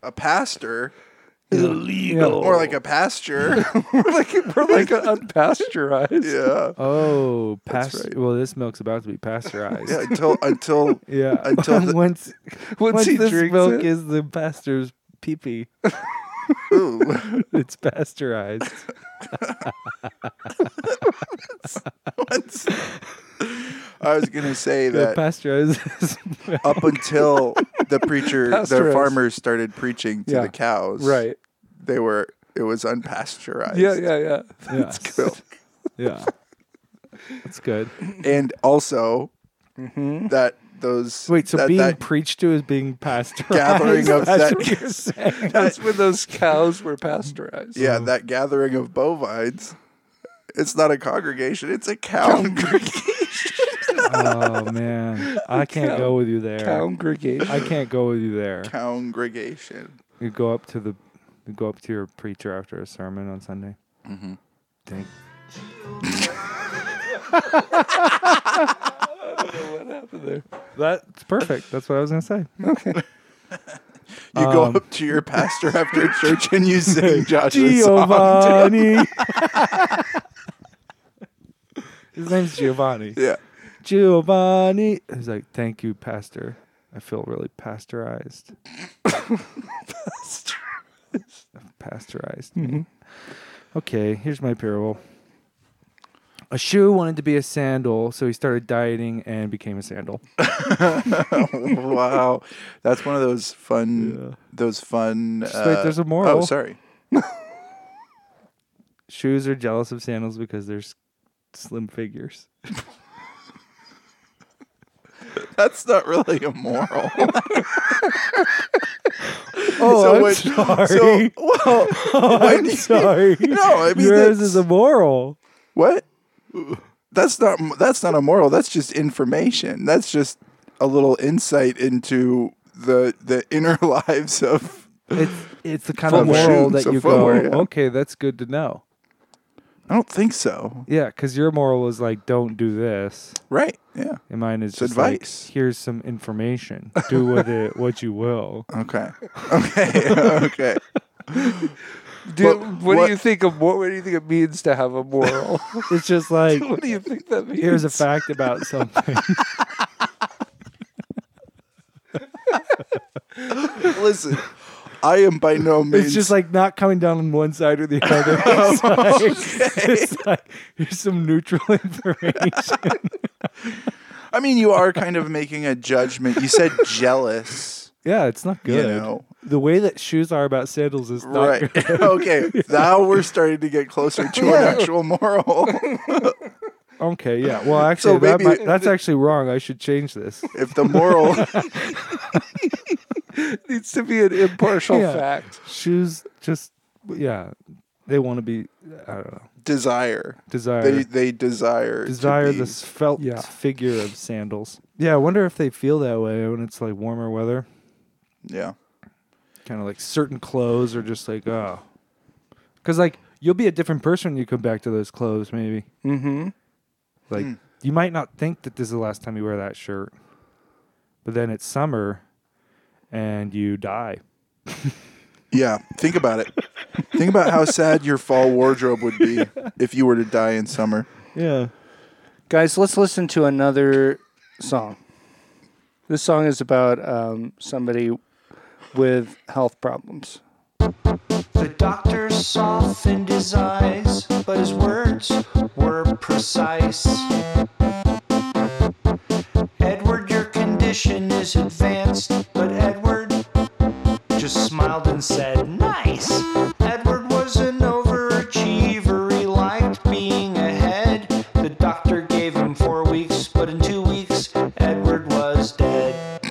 Speaker 2: A pastor.
Speaker 1: Illegal.
Speaker 2: More like a pasture.
Speaker 1: We're like, we're like unpasteurized.
Speaker 2: yeah.
Speaker 3: Oh, past- well, this milk's about to be pasteurized.
Speaker 2: Yeah. Until until
Speaker 3: Yeah.
Speaker 2: Until the-
Speaker 3: once,
Speaker 1: Once
Speaker 3: once
Speaker 1: he
Speaker 3: this
Speaker 1: drinks
Speaker 3: milk
Speaker 1: it.
Speaker 3: is the pastor's pee-pee,
Speaker 2: ooh.
Speaker 3: it's pasteurized.
Speaker 2: Once- I was gonna say
Speaker 3: The
Speaker 2: that
Speaker 3: pasteurized is-
Speaker 2: up until the preacher, the
Speaker 1: Pasteurized.
Speaker 2: farmers started preaching to
Speaker 1: Yeah.
Speaker 2: the cows.
Speaker 1: Right.
Speaker 2: They were. It was unpasteurized.
Speaker 1: Yeah, yeah, yeah.
Speaker 3: yeah. yeah. That's good.
Speaker 2: And also that those
Speaker 3: Mm-hmm. Wait, so
Speaker 2: that,
Speaker 3: being
Speaker 2: that
Speaker 3: preached to is being pasteurized.
Speaker 2: gathering of
Speaker 1: That's
Speaker 2: that
Speaker 1: what you're saying. That's when those cows were pasteurized.
Speaker 2: yeah
Speaker 3: mm.
Speaker 2: that gathering of bovines. It's not a congregation. It's a cow.
Speaker 3: oh man, I can't go with you there.
Speaker 1: Congregation.
Speaker 3: I can't go with you there.
Speaker 2: congregation.
Speaker 3: You go up to the, you go up to your preacher after a sermon on Sunday. Mm-hmm. Thank. That's perfect. That's what I was gonna say.
Speaker 1: Okay.
Speaker 2: You go
Speaker 3: Um,
Speaker 2: up to your pastor after church and you sing Josh's song. to him.
Speaker 3: Giovanni. His name's Giovanni.
Speaker 2: Yeah.
Speaker 3: Giovanni. He's like, thank you, Pastor. I feel really pasteurized. pasteurized. me.
Speaker 2: Mm-hmm.
Speaker 3: Okay, here's my parable. A shoe wanted to be a sandal, so he started dieting and became a sandal.
Speaker 2: wow, that's one of those fun, those fun.
Speaker 3: wait, there's a moral.
Speaker 2: Oh, sorry.
Speaker 3: Shoes are jealous of sandals because they're s- slim figures.
Speaker 2: That's not really a moral.
Speaker 3: Oh,
Speaker 2: So
Speaker 3: I'm
Speaker 2: when-
Speaker 3: sorry. Oh,
Speaker 2: so well, when
Speaker 3: I'm
Speaker 2: you-
Speaker 3: sorry.
Speaker 2: No, I mean
Speaker 3: yours
Speaker 2: that's,
Speaker 3: is a moral.
Speaker 2: what? That's not that's not a moral. That's just information. That's just a little insight into the the inner lives of.
Speaker 3: It's it's the kind
Speaker 2: Full
Speaker 3: of moral
Speaker 2: shoes,
Speaker 3: that
Speaker 2: a
Speaker 3: you go,
Speaker 2: footwear, yeah.
Speaker 3: okay, that's good to know.
Speaker 2: I don't think so.
Speaker 3: Yeah, because your moral is like, don't do this,
Speaker 2: Right? Yeah.
Speaker 3: and mine is
Speaker 2: It's
Speaker 3: just like,
Speaker 2: advice.
Speaker 3: here's some information. Do with it what you will.
Speaker 2: Okay. Okay. okay.
Speaker 1: Do,
Speaker 2: What-
Speaker 1: what,
Speaker 2: what-
Speaker 1: do you think of what, what do you think it means to have a moral?
Speaker 3: It's just like,
Speaker 1: what do you think that means?
Speaker 3: here's a fact about something.
Speaker 2: Listen, I am by no means.
Speaker 3: It's just like not coming down on one side or the other. It's, like, it's like here's some neutral information.
Speaker 2: I mean, you are kind of making a judgment. You said jealous,
Speaker 3: yeah, it's not good.
Speaker 2: know.
Speaker 3: The way that shoes are about sandals is not
Speaker 2: right?
Speaker 3: good.
Speaker 2: okay, now we're starting to get closer to an actual moral.
Speaker 3: Okay, yeah. Well, actually, that
Speaker 2: maybe-
Speaker 3: might- that's actually wrong. I should change this.
Speaker 2: if the moral,
Speaker 1: needs to be an impartial
Speaker 3: Yeah.
Speaker 1: fact.
Speaker 3: Shoes just, yeah, they want to be, I don't know,
Speaker 2: desire,
Speaker 3: desire.
Speaker 2: they they desire to
Speaker 3: desire
Speaker 2: be-
Speaker 3: the felt
Speaker 1: Yeah.
Speaker 3: figure of sandals. Yeah, I wonder if they feel that way when it's like warmer weather.
Speaker 2: Yeah,
Speaker 3: Kind of like certain clothes are just like, oh. Because, like, you'll be a different person when you come back to those clothes, maybe.
Speaker 1: Mm-hmm.
Speaker 3: Like, you might not think that this is the last time you wear that shirt, but then it's summer and you die.
Speaker 2: Yeah, think about it. think about how sad your fall wardrobe would be if you were to die in summer.
Speaker 3: Yeah.
Speaker 1: Guys, let's listen to another song. This song is about um, somebody with health problems.
Speaker 4: The doctor softened his eyes, but his words were precise. Edward, your condition is advanced, but Edward just smiled and said, Nice! Edward was an overachiever, he liked being ahead. The doctor gave him four weeks, but in two weeks, Edward was dead.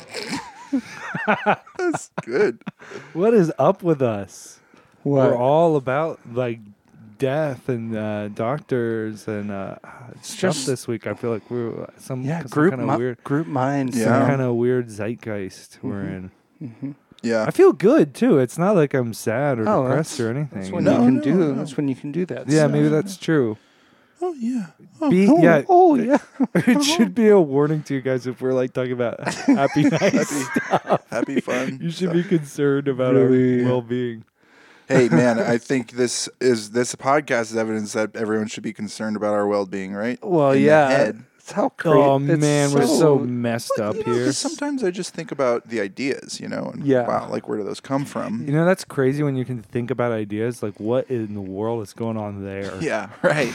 Speaker 2: Good.
Speaker 3: What is up with us?
Speaker 1: What?
Speaker 3: We're all about like death and uh, doctors and uh, stuff
Speaker 1: just-
Speaker 3: this week. I feel like we're uh, some,
Speaker 1: yeah,
Speaker 3: some
Speaker 1: group
Speaker 3: kind of
Speaker 1: mi-
Speaker 3: weird,
Speaker 1: group mind.
Speaker 2: Yeah.
Speaker 3: some kind of weird zeitgeist we're
Speaker 1: Mm-hmm.
Speaker 3: in.
Speaker 2: Yeah.
Speaker 3: I feel good too. It's not like I'm sad or
Speaker 1: Oh,
Speaker 3: depressed
Speaker 1: that's-
Speaker 3: or anything.
Speaker 1: That's
Speaker 3: you
Speaker 1: when
Speaker 3: know?
Speaker 1: you can
Speaker 2: No,
Speaker 1: do.
Speaker 2: no, no.
Speaker 1: That's when you can do that.
Speaker 3: yeah,
Speaker 1: stuff.
Speaker 3: maybe that's true.
Speaker 2: Oh yeah.
Speaker 3: Be,
Speaker 1: Oh,
Speaker 3: yeah,
Speaker 1: oh yeah.
Speaker 3: it should be a warning to you guys if we're like talking about happy nights.
Speaker 2: Happy fun.
Speaker 3: you should be concerned about
Speaker 1: Really?
Speaker 3: our well-being.
Speaker 2: hey man, I think this is this podcast is evidence that everyone should be concerned about our well being, right?
Speaker 1: Well,
Speaker 2: In the
Speaker 1: yeah.
Speaker 2: head.
Speaker 1: It's how crazy.
Speaker 3: Oh man, we're so messed up
Speaker 2: You know, 'cause
Speaker 3: here.
Speaker 2: sometimes I just think about the ideas, you know, and
Speaker 1: Yeah.
Speaker 2: wow, like where do those come from?
Speaker 3: You know that's crazy when you can think about ideas like what in the world is going on there.
Speaker 2: Yeah, right.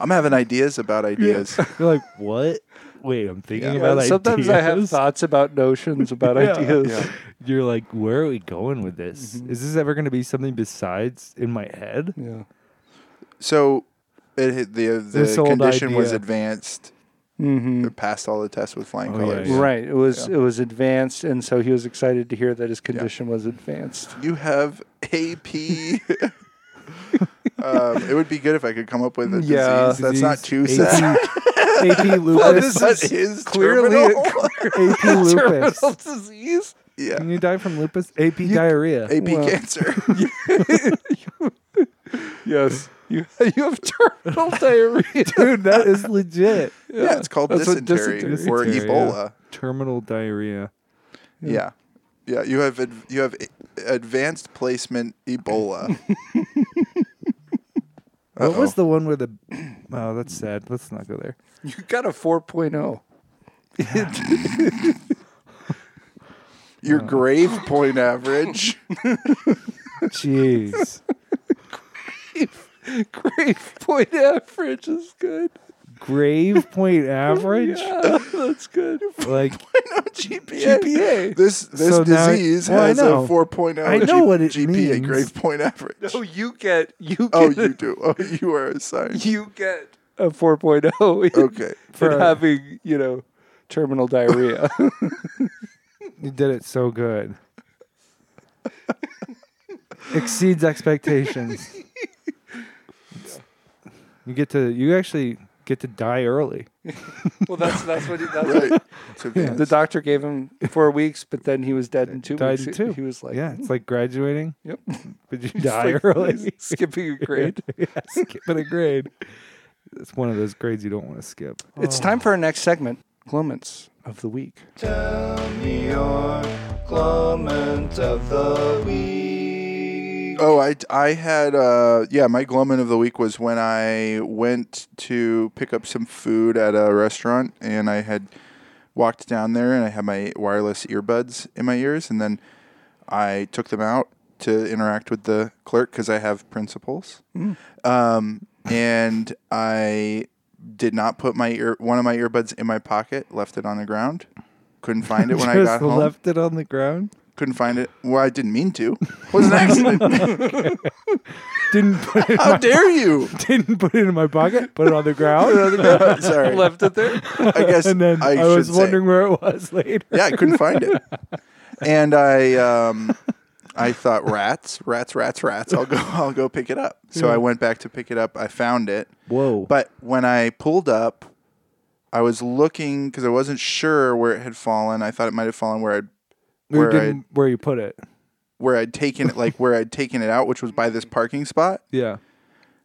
Speaker 2: I'm having ideas about ideas.
Speaker 3: You're like, what? Wait, I'm thinking
Speaker 2: Yeah.
Speaker 3: about ideas.
Speaker 1: sometimes I have thoughts about notions about
Speaker 3: Yeah.
Speaker 1: ideas.
Speaker 2: Yeah.
Speaker 3: You're like, where are we going with this?
Speaker 2: Mm-hmm.
Speaker 3: Is this ever going to be something besides in my head?
Speaker 1: Yeah.
Speaker 2: So it, hit- the the
Speaker 3: This old
Speaker 2: condition was
Speaker 3: idea.
Speaker 2: advanced.
Speaker 1: Mhm.
Speaker 2: It passed all the tests with flying
Speaker 3: Oh, yeah,
Speaker 2: colors.
Speaker 3: yeah.
Speaker 1: Right. It was
Speaker 2: Yeah.
Speaker 1: it was advanced, and so he was excited to hear that his condition was advanced.
Speaker 2: You have AP. um, it would be good if I could come up with a
Speaker 1: Yeah.
Speaker 2: disease that's not too
Speaker 3: Disease,
Speaker 2: sad.
Speaker 3: AP, AP lupus.
Speaker 2: That is
Speaker 1: clearly-
Speaker 2: terminal.
Speaker 3: AP lupus.
Speaker 1: disease.
Speaker 2: yeah.
Speaker 3: Can you die from lupus? AP diarrhea.
Speaker 2: AP
Speaker 1: Well.
Speaker 2: cancer.
Speaker 1: Yes. You you have terminal diarrhea.
Speaker 3: Dude, that is legit.
Speaker 2: yeah. it's called
Speaker 1: That's what
Speaker 2: dysentery,
Speaker 1: dysentery
Speaker 2: or
Speaker 3: is. Dysentery,
Speaker 2: Ebola.
Speaker 3: Terminal diarrhea.
Speaker 2: Yeah. yeah. you have ad- you have a- advanced placement Ebola.
Speaker 3: What was the one where the? Oh, that's sad. Let's not go there.
Speaker 1: You got a 4.0.
Speaker 2: your grave point average?
Speaker 3: Jeez.
Speaker 1: Grave point average is good.
Speaker 3: Grave point average.
Speaker 1: Oh, Yeah, that's good.
Speaker 3: Like
Speaker 2: no GPA.
Speaker 1: GPA.
Speaker 2: This this
Speaker 3: So now-
Speaker 2: disease
Speaker 3: well, I
Speaker 2: has a
Speaker 3: know.
Speaker 2: 4.0
Speaker 3: I know what it
Speaker 2: GPA
Speaker 3: means.
Speaker 2: grade point average.
Speaker 1: No, Oh, you get you get
Speaker 2: oh, you do. Oh, you are a sign.
Speaker 1: you get a 4.0 in,
Speaker 2: Okay.
Speaker 1: for
Speaker 3: For-
Speaker 1: having, you know, terminal diarrhea.
Speaker 3: you did it so good. Exceeds expectations. You get to. You actually get to die early.
Speaker 1: well, that's that's what he, that's what
Speaker 2: Right. It's advanced.
Speaker 1: the doctor gave him 4 weeks, but then he was dead in 2
Speaker 3: Died
Speaker 1: weeks.
Speaker 3: in two.
Speaker 1: He was like,
Speaker 3: yeah, it's like graduating,
Speaker 1: Yep.
Speaker 3: but you
Speaker 1: It's
Speaker 3: die
Speaker 1: like
Speaker 3: early.
Speaker 1: Skipping a grade.
Speaker 3: yeah, skipping a grade. It's one of those grades you don't want to skip.
Speaker 1: It's time for our next segment, Clements of the Week.
Speaker 4: Tell me your Clement of the Week.
Speaker 2: Oh, I, I had, uh, yeah, my glowman of the week was when I went to pick up some food at a restaurant and I had walked down there and I had my wireless earbuds in my ears and then I took them out to interact with the clerk because I have principles.
Speaker 3: Mm.
Speaker 2: Um, and I did not put my ear, one of my earbuds in my pocket, left it on the ground. Couldn't find it when I
Speaker 3: Just
Speaker 2: got home.
Speaker 3: left it on the ground.
Speaker 2: Couldn't find it. Well, I didn't mean to. It was an accident.
Speaker 3: Didn't put it in
Speaker 2: How
Speaker 3: my,
Speaker 2: dare you?
Speaker 3: didn't put it in my pocket. Put it on the ground.
Speaker 2: Sorry.
Speaker 1: Left it there.
Speaker 2: I guess
Speaker 3: and then I,
Speaker 2: I,
Speaker 3: was
Speaker 2: should say.
Speaker 3: wondering where it was later.
Speaker 2: Yeah, I couldn't find it. And I um I thought rats, rats, rats, rats. I'll go I'll go pick it up. So I went back to pick it up. I found it.
Speaker 3: Whoa!
Speaker 2: But when I pulled up, I was looking cuz I wasn't sure where it had fallen. I thought it might have fallen where I'd
Speaker 3: where,
Speaker 2: where
Speaker 3: you
Speaker 2: I
Speaker 3: didn't- where you put it?
Speaker 2: where I'd taken it like where I'd taken it out, which was by this parking spot.
Speaker 3: Yeah.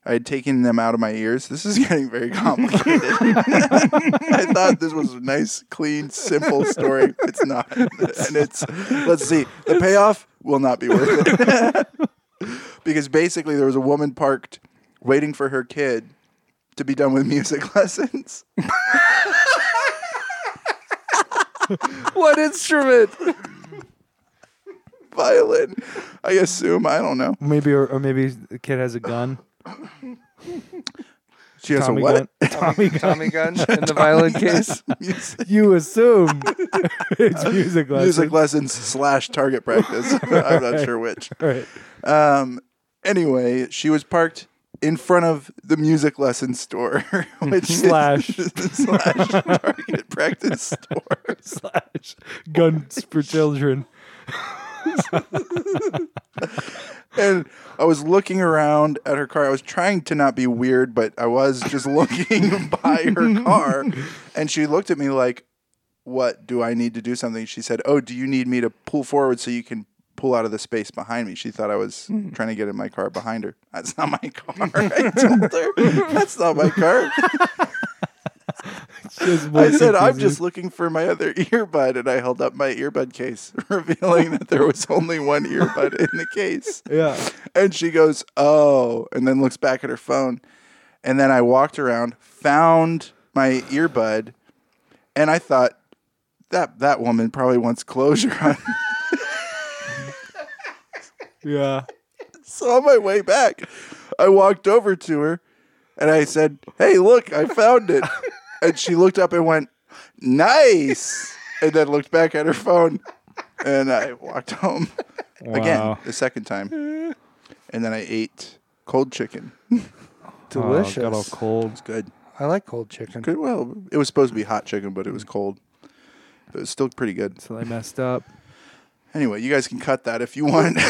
Speaker 2: I had taken them out of my ears. This is getting very complicated. I thought this was a nice, clean, simple story. It's not. And it's, let's see, the payoff will not be worth it. because basically, there was a woman parked waiting for her kid to be done with music lessons.
Speaker 1: what instrument?
Speaker 2: Violin, I assume. I don't know.
Speaker 3: Maybe or, or maybe the kid has a gun.
Speaker 2: She has
Speaker 3: Tommy
Speaker 2: a what?
Speaker 3: gun. Tommy gun.
Speaker 1: Tommy gun in the violin case.
Speaker 3: Oh,
Speaker 2: music,
Speaker 3: You assume it's music lessons.
Speaker 2: music lessons slash target practice. I'm not sure which.
Speaker 3: All right.
Speaker 2: Um, anyway, she was parked in front of the music lesson store, which is-
Speaker 3: Slash.
Speaker 2: slash target practice store.
Speaker 3: Slash guns for children.
Speaker 2: And I was looking around at her car. I was trying to not be weird, but I was just looking by her car, and she looked at me like, "What do I need to do something?" She said, "Oh, do you need me to pull forward so you can?" Pull out of the space behind me. She thought I was trying to get in my car behind her. That's not my car. I told her that's not my car.
Speaker 3: Just
Speaker 2: I
Speaker 3: one
Speaker 2: said, I'm
Speaker 3: confusing-
Speaker 2: just looking for my other earbud, and I held up my earbud case, revealing that there was only one earbud in the case.
Speaker 3: Yeah.
Speaker 2: And she goes, Oh, and then looks back at her phone. And then I walked around, found my earbud, and I thought, that, that woman probably wants closure on
Speaker 3: Yeah.
Speaker 2: So on my way back, I walked over to her and I said, Hey, look, I found it. and she looked up and went, Nice. And then looked back at her phone and I walked home again
Speaker 3: Wow.
Speaker 2: the second time. And then I ate cold chicken.
Speaker 1: Delicious.
Speaker 3: Oh, got all cold.
Speaker 2: Good.
Speaker 1: I like cold chicken.
Speaker 2: Good. Well, it was supposed to be hot chicken, but it was cold. But it was still pretty good.
Speaker 3: So they messed up.
Speaker 2: Anyway, you guys can cut that if you want.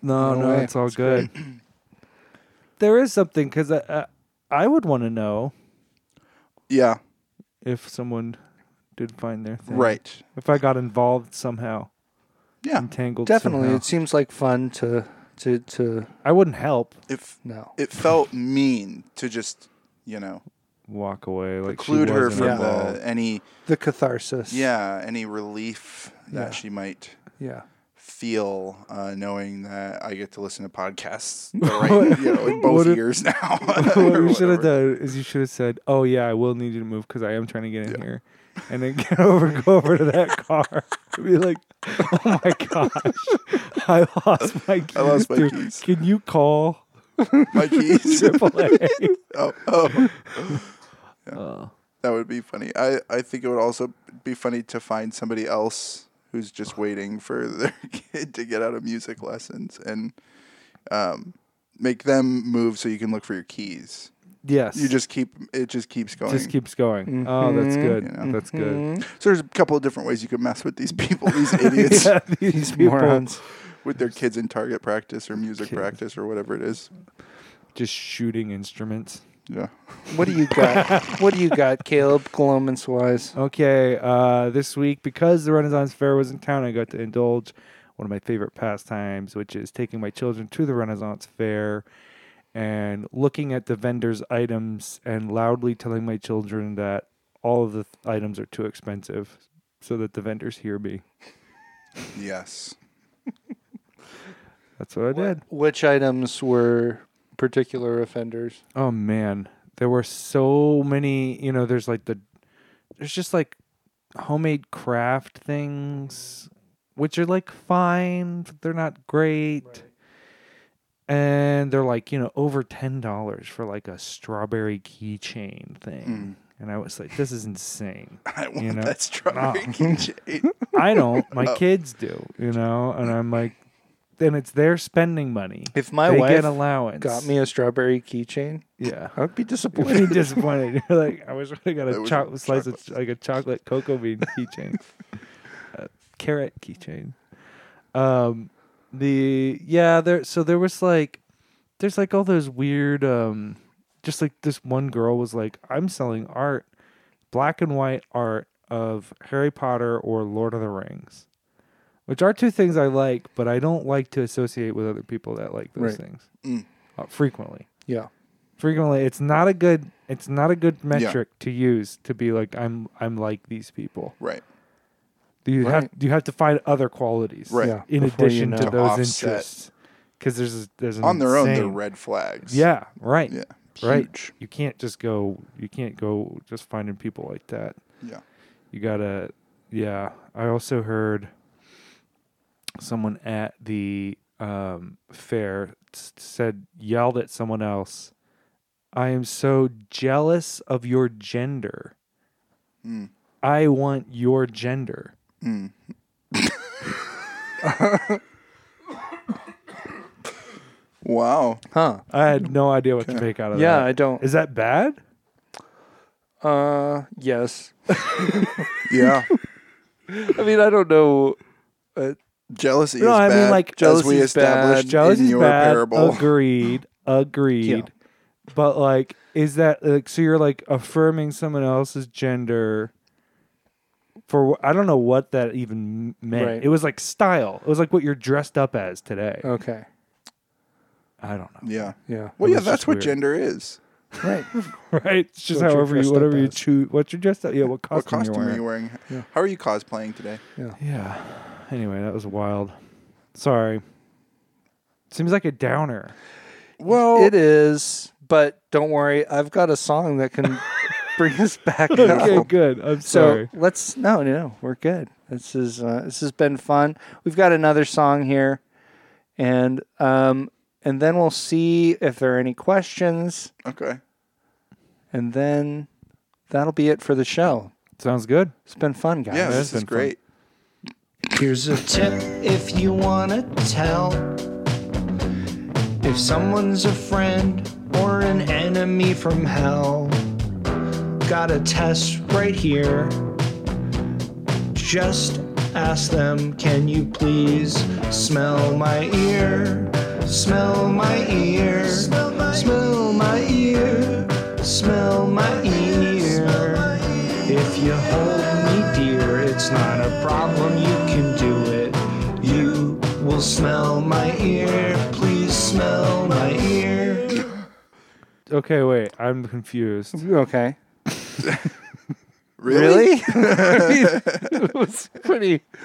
Speaker 3: No,
Speaker 1: No
Speaker 3: no,
Speaker 1: way.
Speaker 3: it's all good. there is something because I, I, I would want to know
Speaker 2: yeah.
Speaker 3: if someone did find their thing.
Speaker 2: Right.
Speaker 3: If I got involved somehow,
Speaker 2: Yeah.
Speaker 3: entangled.
Speaker 1: Definitely,
Speaker 3: somehow.
Speaker 1: it seems like fun to to to
Speaker 3: I wouldn't help.
Speaker 2: If
Speaker 1: no.
Speaker 2: it felt mean to just, you know,
Speaker 3: Walk away. Like
Speaker 2: Include
Speaker 3: she
Speaker 2: her
Speaker 3: wasn't
Speaker 2: from
Speaker 3: involved.
Speaker 2: the, any
Speaker 1: the catharsis.
Speaker 2: yeah any relief that
Speaker 1: Yeah.
Speaker 2: she might
Speaker 1: yeah.
Speaker 2: feel uh, knowing that I get to listen to podcasts the right, you know, in both
Speaker 3: What if-
Speaker 2: ears now.
Speaker 3: what
Speaker 2: or
Speaker 3: you should have
Speaker 2: whatever.
Speaker 3: done is you should have said, "Oh yeah, I will need you to move because I am trying to get in here," and then get over, go over to that car, and be like, "Oh my gosh, I lost my keys.
Speaker 2: lost my
Speaker 3: dude.
Speaker 2: keys."
Speaker 3: Can you call
Speaker 2: My keys.
Speaker 3: AAA?"
Speaker 2: oh, oh,
Speaker 3: oh,
Speaker 2: that would be funny. I, I think it would also be funny to find somebody else who's just waiting for their kid to get out of music lessons and um, make them move so you can look for your keys.
Speaker 3: yes,
Speaker 2: You just keep it just keeps going. Mm-hmm.
Speaker 3: just keeps going. Oh, that's good.
Speaker 2: You know.
Speaker 3: That's good.
Speaker 1: Mm-hmm.
Speaker 2: So there's a couple of different ways you could mess with these people, these idiots,
Speaker 3: Yeah, these people
Speaker 1: morons.
Speaker 2: with their kids in target practice or music
Speaker 3: Kids.
Speaker 2: practice or whatever it is.
Speaker 3: just shooting instruments.
Speaker 2: Yeah.
Speaker 1: What do you got? what do you got, Caleb? Columbus wise.
Speaker 3: Okay, uh, this week because the Renaissance Fair was in town, I got to indulge one of my favorite pastimes, which is taking my children to the Renaissance Fair and looking at the vendors' items and loudly telling my children that all of the th- items are too expensive, so that the vendors hear me.
Speaker 2: Yes.
Speaker 3: That's what I did.
Speaker 1: Which items were particular offenders?
Speaker 3: Oh man, there were so many. You know, there's like the, there's just like homemade craft things, which are like fine, but they're not great. And they're like, you know, over ten dollars for like a strawberry keychain thing.
Speaker 1: Hmm.
Speaker 3: And I was like, this is insane.
Speaker 2: I want
Speaker 3: know?
Speaker 2: that strawberry
Speaker 3: No.
Speaker 2: keychain.
Speaker 3: I don't, my
Speaker 1: Oh.
Speaker 3: kids do, you know? And I'm like, then it's their spending money.
Speaker 1: If my
Speaker 3: they
Speaker 1: wife
Speaker 3: get allowance.
Speaker 1: Got me a strawberry keychain.
Speaker 3: Yeah.
Speaker 1: I would be
Speaker 3: pretty
Speaker 1: disappointed.
Speaker 3: disappointed. You're like, I wish I got
Speaker 2: That
Speaker 3: a
Speaker 2: was
Speaker 3: cho-
Speaker 2: a
Speaker 3: slice of
Speaker 2: chocolate.
Speaker 3: like a chocolate cocoa bean keychain, a carrot keychain. Um, the yeah, there. So there was like, there's like all those weird. Um, just like this one girl was like, I'm selling art, black and white art of Harry Potter or Lord of the Rings, which are two things I like, but I don't like to associate with other people that like
Speaker 1: Right.
Speaker 3: those things
Speaker 2: Mm.
Speaker 3: uh, frequently
Speaker 1: yeah.
Speaker 3: frequently it's not a good it's not a good metric to use to be like i'm i'm like these people
Speaker 2: Right.
Speaker 3: Do you have
Speaker 1: Right.
Speaker 3: you have to find other qualities
Speaker 2: Right.
Speaker 1: Yeah,
Speaker 3: in
Speaker 1: before you
Speaker 3: addition
Speaker 1: know.
Speaker 3: to
Speaker 1: To
Speaker 3: those
Speaker 2: offset.
Speaker 3: interests? Because there's there's an
Speaker 2: On their own, they're
Speaker 3: insane-
Speaker 2: red flags.
Speaker 3: Yeah, right.
Speaker 2: Yeah.
Speaker 3: Right.
Speaker 2: Huge.
Speaker 3: You can't just go. You can't go just finding people like that.
Speaker 2: Yeah.
Speaker 3: You gotta. Yeah. I also heard someone at the um, fair s- said yelled at someone else. I am so jealous of your gender.
Speaker 2: Mm.
Speaker 3: I want your gender.
Speaker 2: Mm. wow.
Speaker 1: Huh.
Speaker 3: I had no idea what to make out of
Speaker 1: Yeah, I
Speaker 3: that.
Speaker 1: don't.
Speaker 3: uh, Is that bad?
Speaker 1: Uh, yes.
Speaker 2: Yeah.
Speaker 1: I mean, I don't know.
Speaker 2: Jealousy
Speaker 3: No,
Speaker 2: is
Speaker 3: I
Speaker 2: bad.
Speaker 3: mean like
Speaker 2: as we
Speaker 1: jealousy is bad,
Speaker 2: established in
Speaker 3: Jealousy's
Speaker 2: your
Speaker 3: bad. Oh,
Speaker 2: parable.
Speaker 3: Agreed. Agreed. But like, is that like? So you're like affirming someone else's gender. For wh- I don't know what that even meant.
Speaker 1: Right. Oh.
Speaker 3: It was like style. It was like what you're dressed up as today.
Speaker 1: Okay.
Speaker 3: I don't know.
Speaker 2: Yeah.
Speaker 1: Yeah.
Speaker 2: Well,
Speaker 3: It
Speaker 2: yeah,
Speaker 3: was
Speaker 2: that's
Speaker 3: just
Speaker 2: what
Speaker 3: weird.
Speaker 2: gender is.
Speaker 1: Right.
Speaker 3: Right? It's just
Speaker 1: What you're
Speaker 3: however
Speaker 1: dressed
Speaker 3: you,
Speaker 1: up
Speaker 3: whatever you
Speaker 1: as.
Speaker 3: choose. What you're dressed up. Yeah. What
Speaker 2: What
Speaker 3: costume,
Speaker 2: costume
Speaker 3: you're
Speaker 2: are you
Speaker 3: wearing.
Speaker 2: wearing?
Speaker 1: Yeah.
Speaker 2: How are you cosplaying today?
Speaker 3: Yeah. Anyway, that was wild. Sorry. Seems like a downer.
Speaker 2: Well,
Speaker 1: It is, but don't worry. I've got a song that can bring us back. now.
Speaker 3: Okay, good. I'm
Speaker 1: So
Speaker 3: sorry.
Speaker 1: let's no, no, we're good. This is uh, this has been fun. We've got another song here, and um, and then we'll see if there are any questions,
Speaker 2: okay.
Speaker 1: and then that'll be it for the show.
Speaker 3: Sounds good.
Speaker 1: It's been fun, guys.
Speaker 2: Yeah,
Speaker 3: that's
Speaker 2: this is
Speaker 3: been fun.
Speaker 2: great.
Speaker 4: Here's a tip if you wanna tell if someone's a friend or an enemy from hell. Got a test right here. Just ask them, can you please smell my ear? Smell my ear. Smell my, ear. Smell my ear. If you hold me dear, it's not a problem. You can do it. You will smell my ear. Please smell my ear.
Speaker 3: Okay, wait. I'm confused.
Speaker 1: Okay.
Speaker 2: Really?
Speaker 1: I mean, it was pretty. I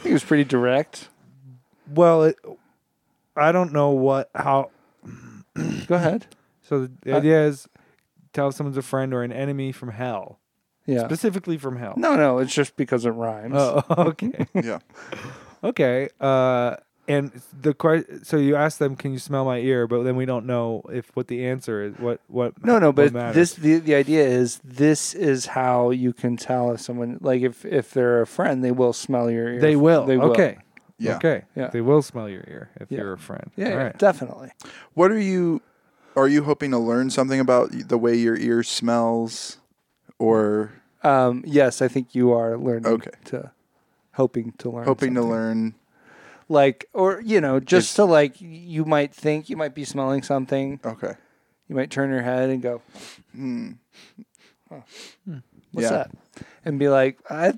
Speaker 1: think it was pretty direct.
Speaker 3: Mm-hmm. Well, it, I don't know what how.
Speaker 1: Go ahead.
Speaker 3: So the
Speaker 1: Uh,
Speaker 3: idea is tell if someone's a friend or an enemy from hell,
Speaker 1: Yeah.
Speaker 3: specifically from hell.
Speaker 1: No, no, it's just because it rhymes.
Speaker 3: Oh, okay.
Speaker 2: Yeah.
Speaker 3: okay. Uh, and the que- so you ask them, "Can you smell my ear?" But then we don't know if what the answer is. What what?
Speaker 1: No, no,
Speaker 3: what
Speaker 1: but
Speaker 3: matters.
Speaker 1: this the, the idea is this is how you can tell if someone like if if they're a friend, they will smell your ear.
Speaker 3: they will.
Speaker 1: They will.
Speaker 3: Okay.
Speaker 2: Yeah.
Speaker 3: Okay.
Speaker 1: Yeah.
Speaker 3: They will smell your ear if
Speaker 1: Yeah.
Speaker 3: you're a friend.
Speaker 1: Yeah,
Speaker 3: All
Speaker 1: yeah,
Speaker 3: right.
Speaker 1: definitely.
Speaker 2: What are you? Are you hoping to learn something about the way your ear smells, or
Speaker 1: Um, yes, I think you are learning
Speaker 2: Okay.
Speaker 1: to hoping to learn
Speaker 2: hoping to
Speaker 1: something.
Speaker 2: learn?
Speaker 1: like or you know just
Speaker 2: If-
Speaker 1: to like you might think you might be smelling something
Speaker 2: Okay.
Speaker 1: you might turn your head and go
Speaker 2: Hmm.
Speaker 1: what's
Speaker 2: Yeah.
Speaker 1: that and be like I,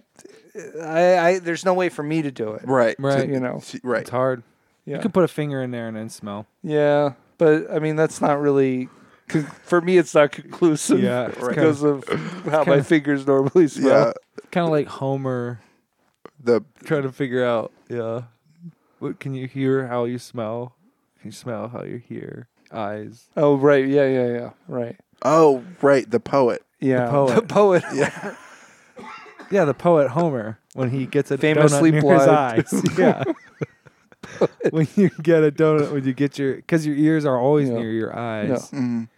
Speaker 1: I I there's no way for me to do it
Speaker 2: Right.
Speaker 3: Right.
Speaker 1: you know
Speaker 2: See- Right.
Speaker 3: It's hard.
Speaker 1: yeah
Speaker 3: You can put a finger in there and then smell.
Speaker 1: yeah but I mean that's not really con- for me it's not conclusive
Speaker 3: Yeah, it's
Speaker 1: because of how my fingers normally
Speaker 2: Yeah.
Speaker 1: smell
Speaker 3: Kind of like Homer
Speaker 2: The
Speaker 3: trying to figure out. Yeah. What can you hear? How you smell? Can you smell how you hear? Eyes.
Speaker 1: oh right yeah yeah yeah right
Speaker 2: oh right the poet.
Speaker 1: yeah
Speaker 3: poet.
Speaker 1: the poet
Speaker 3: Yeah, the poet Homer when he gets a
Speaker 1: Famously
Speaker 3: donut near
Speaker 1: blind.
Speaker 3: his eyes. Yeah. when you get a donut, when you get your, because your ears are always
Speaker 1: Yeah.
Speaker 3: near your eyes
Speaker 2: Mm.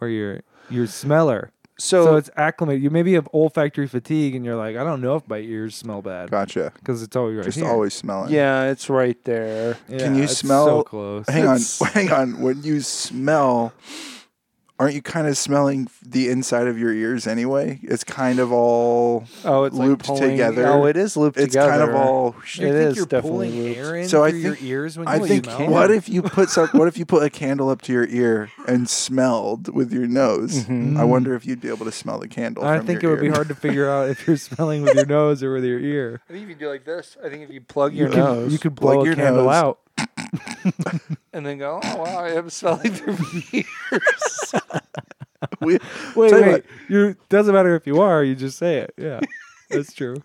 Speaker 3: or your your smeller.
Speaker 1: so,
Speaker 3: So, it's acclimated. You maybe have olfactory fatigue, and you're like, I don't know if my ears smell bad
Speaker 2: Gotcha.
Speaker 3: because it's always right
Speaker 2: Just
Speaker 3: here.
Speaker 2: always smelling.
Speaker 1: yeah it's right there
Speaker 3: Yeah,
Speaker 2: Can you
Speaker 3: it's So
Speaker 2: smell-
Speaker 3: close.
Speaker 2: Hang on.
Speaker 1: It's-
Speaker 2: Hang on. When you smell, aren't you kind of smelling the inside of your ears anyway? It's kind of all.
Speaker 1: oh it's
Speaker 2: Looped
Speaker 1: like pulling-
Speaker 2: together.
Speaker 1: oh it is looped
Speaker 2: It's
Speaker 1: together
Speaker 2: kind of all.
Speaker 3: Do you
Speaker 1: It
Speaker 3: think
Speaker 1: is
Speaker 3: you're
Speaker 1: definitely
Speaker 3: pulling
Speaker 1: loops.
Speaker 3: air in
Speaker 2: So I
Speaker 3: through your
Speaker 2: think-
Speaker 3: ears when
Speaker 2: I
Speaker 3: you
Speaker 2: think.
Speaker 3: smell?
Speaker 2: What if you put some? What if you put a candle up to your ear and smelled with your nose? I wonder if you'd be able to smell the candle.
Speaker 3: I
Speaker 2: from
Speaker 3: think it
Speaker 2: your
Speaker 3: would be
Speaker 2: ear.
Speaker 3: hard to figure out if you're smelling with your nose or with your ear.
Speaker 1: I think if you do like this, I think if you plug your
Speaker 3: You could-
Speaker 1: nose
Speaker 3: you could
Speaker 2: Plug
Speaker 3: blow a
Speaker 2: your
Speaker 3: candle
Speaker 2: nose.
Speaker 3: out.
Speaker 1: and then go, oh wow, I am smelling through my ears.
Speaker 2: We-
Speaker 3: Wait,
Speaker 2: Tell you
Speaker 3: wait. You doesn't matter if you are. You just say it. Yeah, that's true.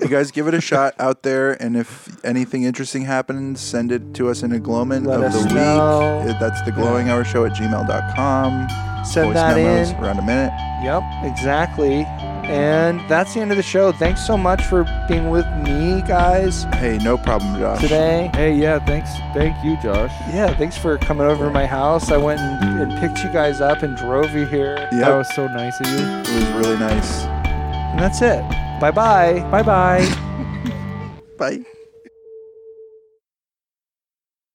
Speaker 2: You guys give it a shot out there, and if anything interesting happens, send it to us in a glowman
Speaker 1: Let
Speaker 2: of
Speaker 1: us
Speaker 2: the
Speaker 1: know.
Speaker 2: week. Uh, That's the glowing hour show at gmail.com.
Speaker 1: Send
Speaker 2: Voice
Speaker 1: that
Speaker 2: memos
Speaker 1: in.
Speaker 2: around a minute.
Speaker 1: Yep, exactly. And that's the end of the show. Thanks so much for being with me, guys,
Speaker 2: Hey, no problem, Josh.
Speaker 1: today.
Speaker 3: Hey, yeah, thanks. Thank you, Josh.
Speaker 1: Yeah, thanks for coming over to my house. I went and, and picked you guys up and drove you here.
Speaker 2: Yep,
Speaker 3: That was so nice of you.
Speaker 2: it was really nice.
Speaker 1: And that's it. Bye bye.
Speaker 3: Bye bye.
Speaker 2: Bye.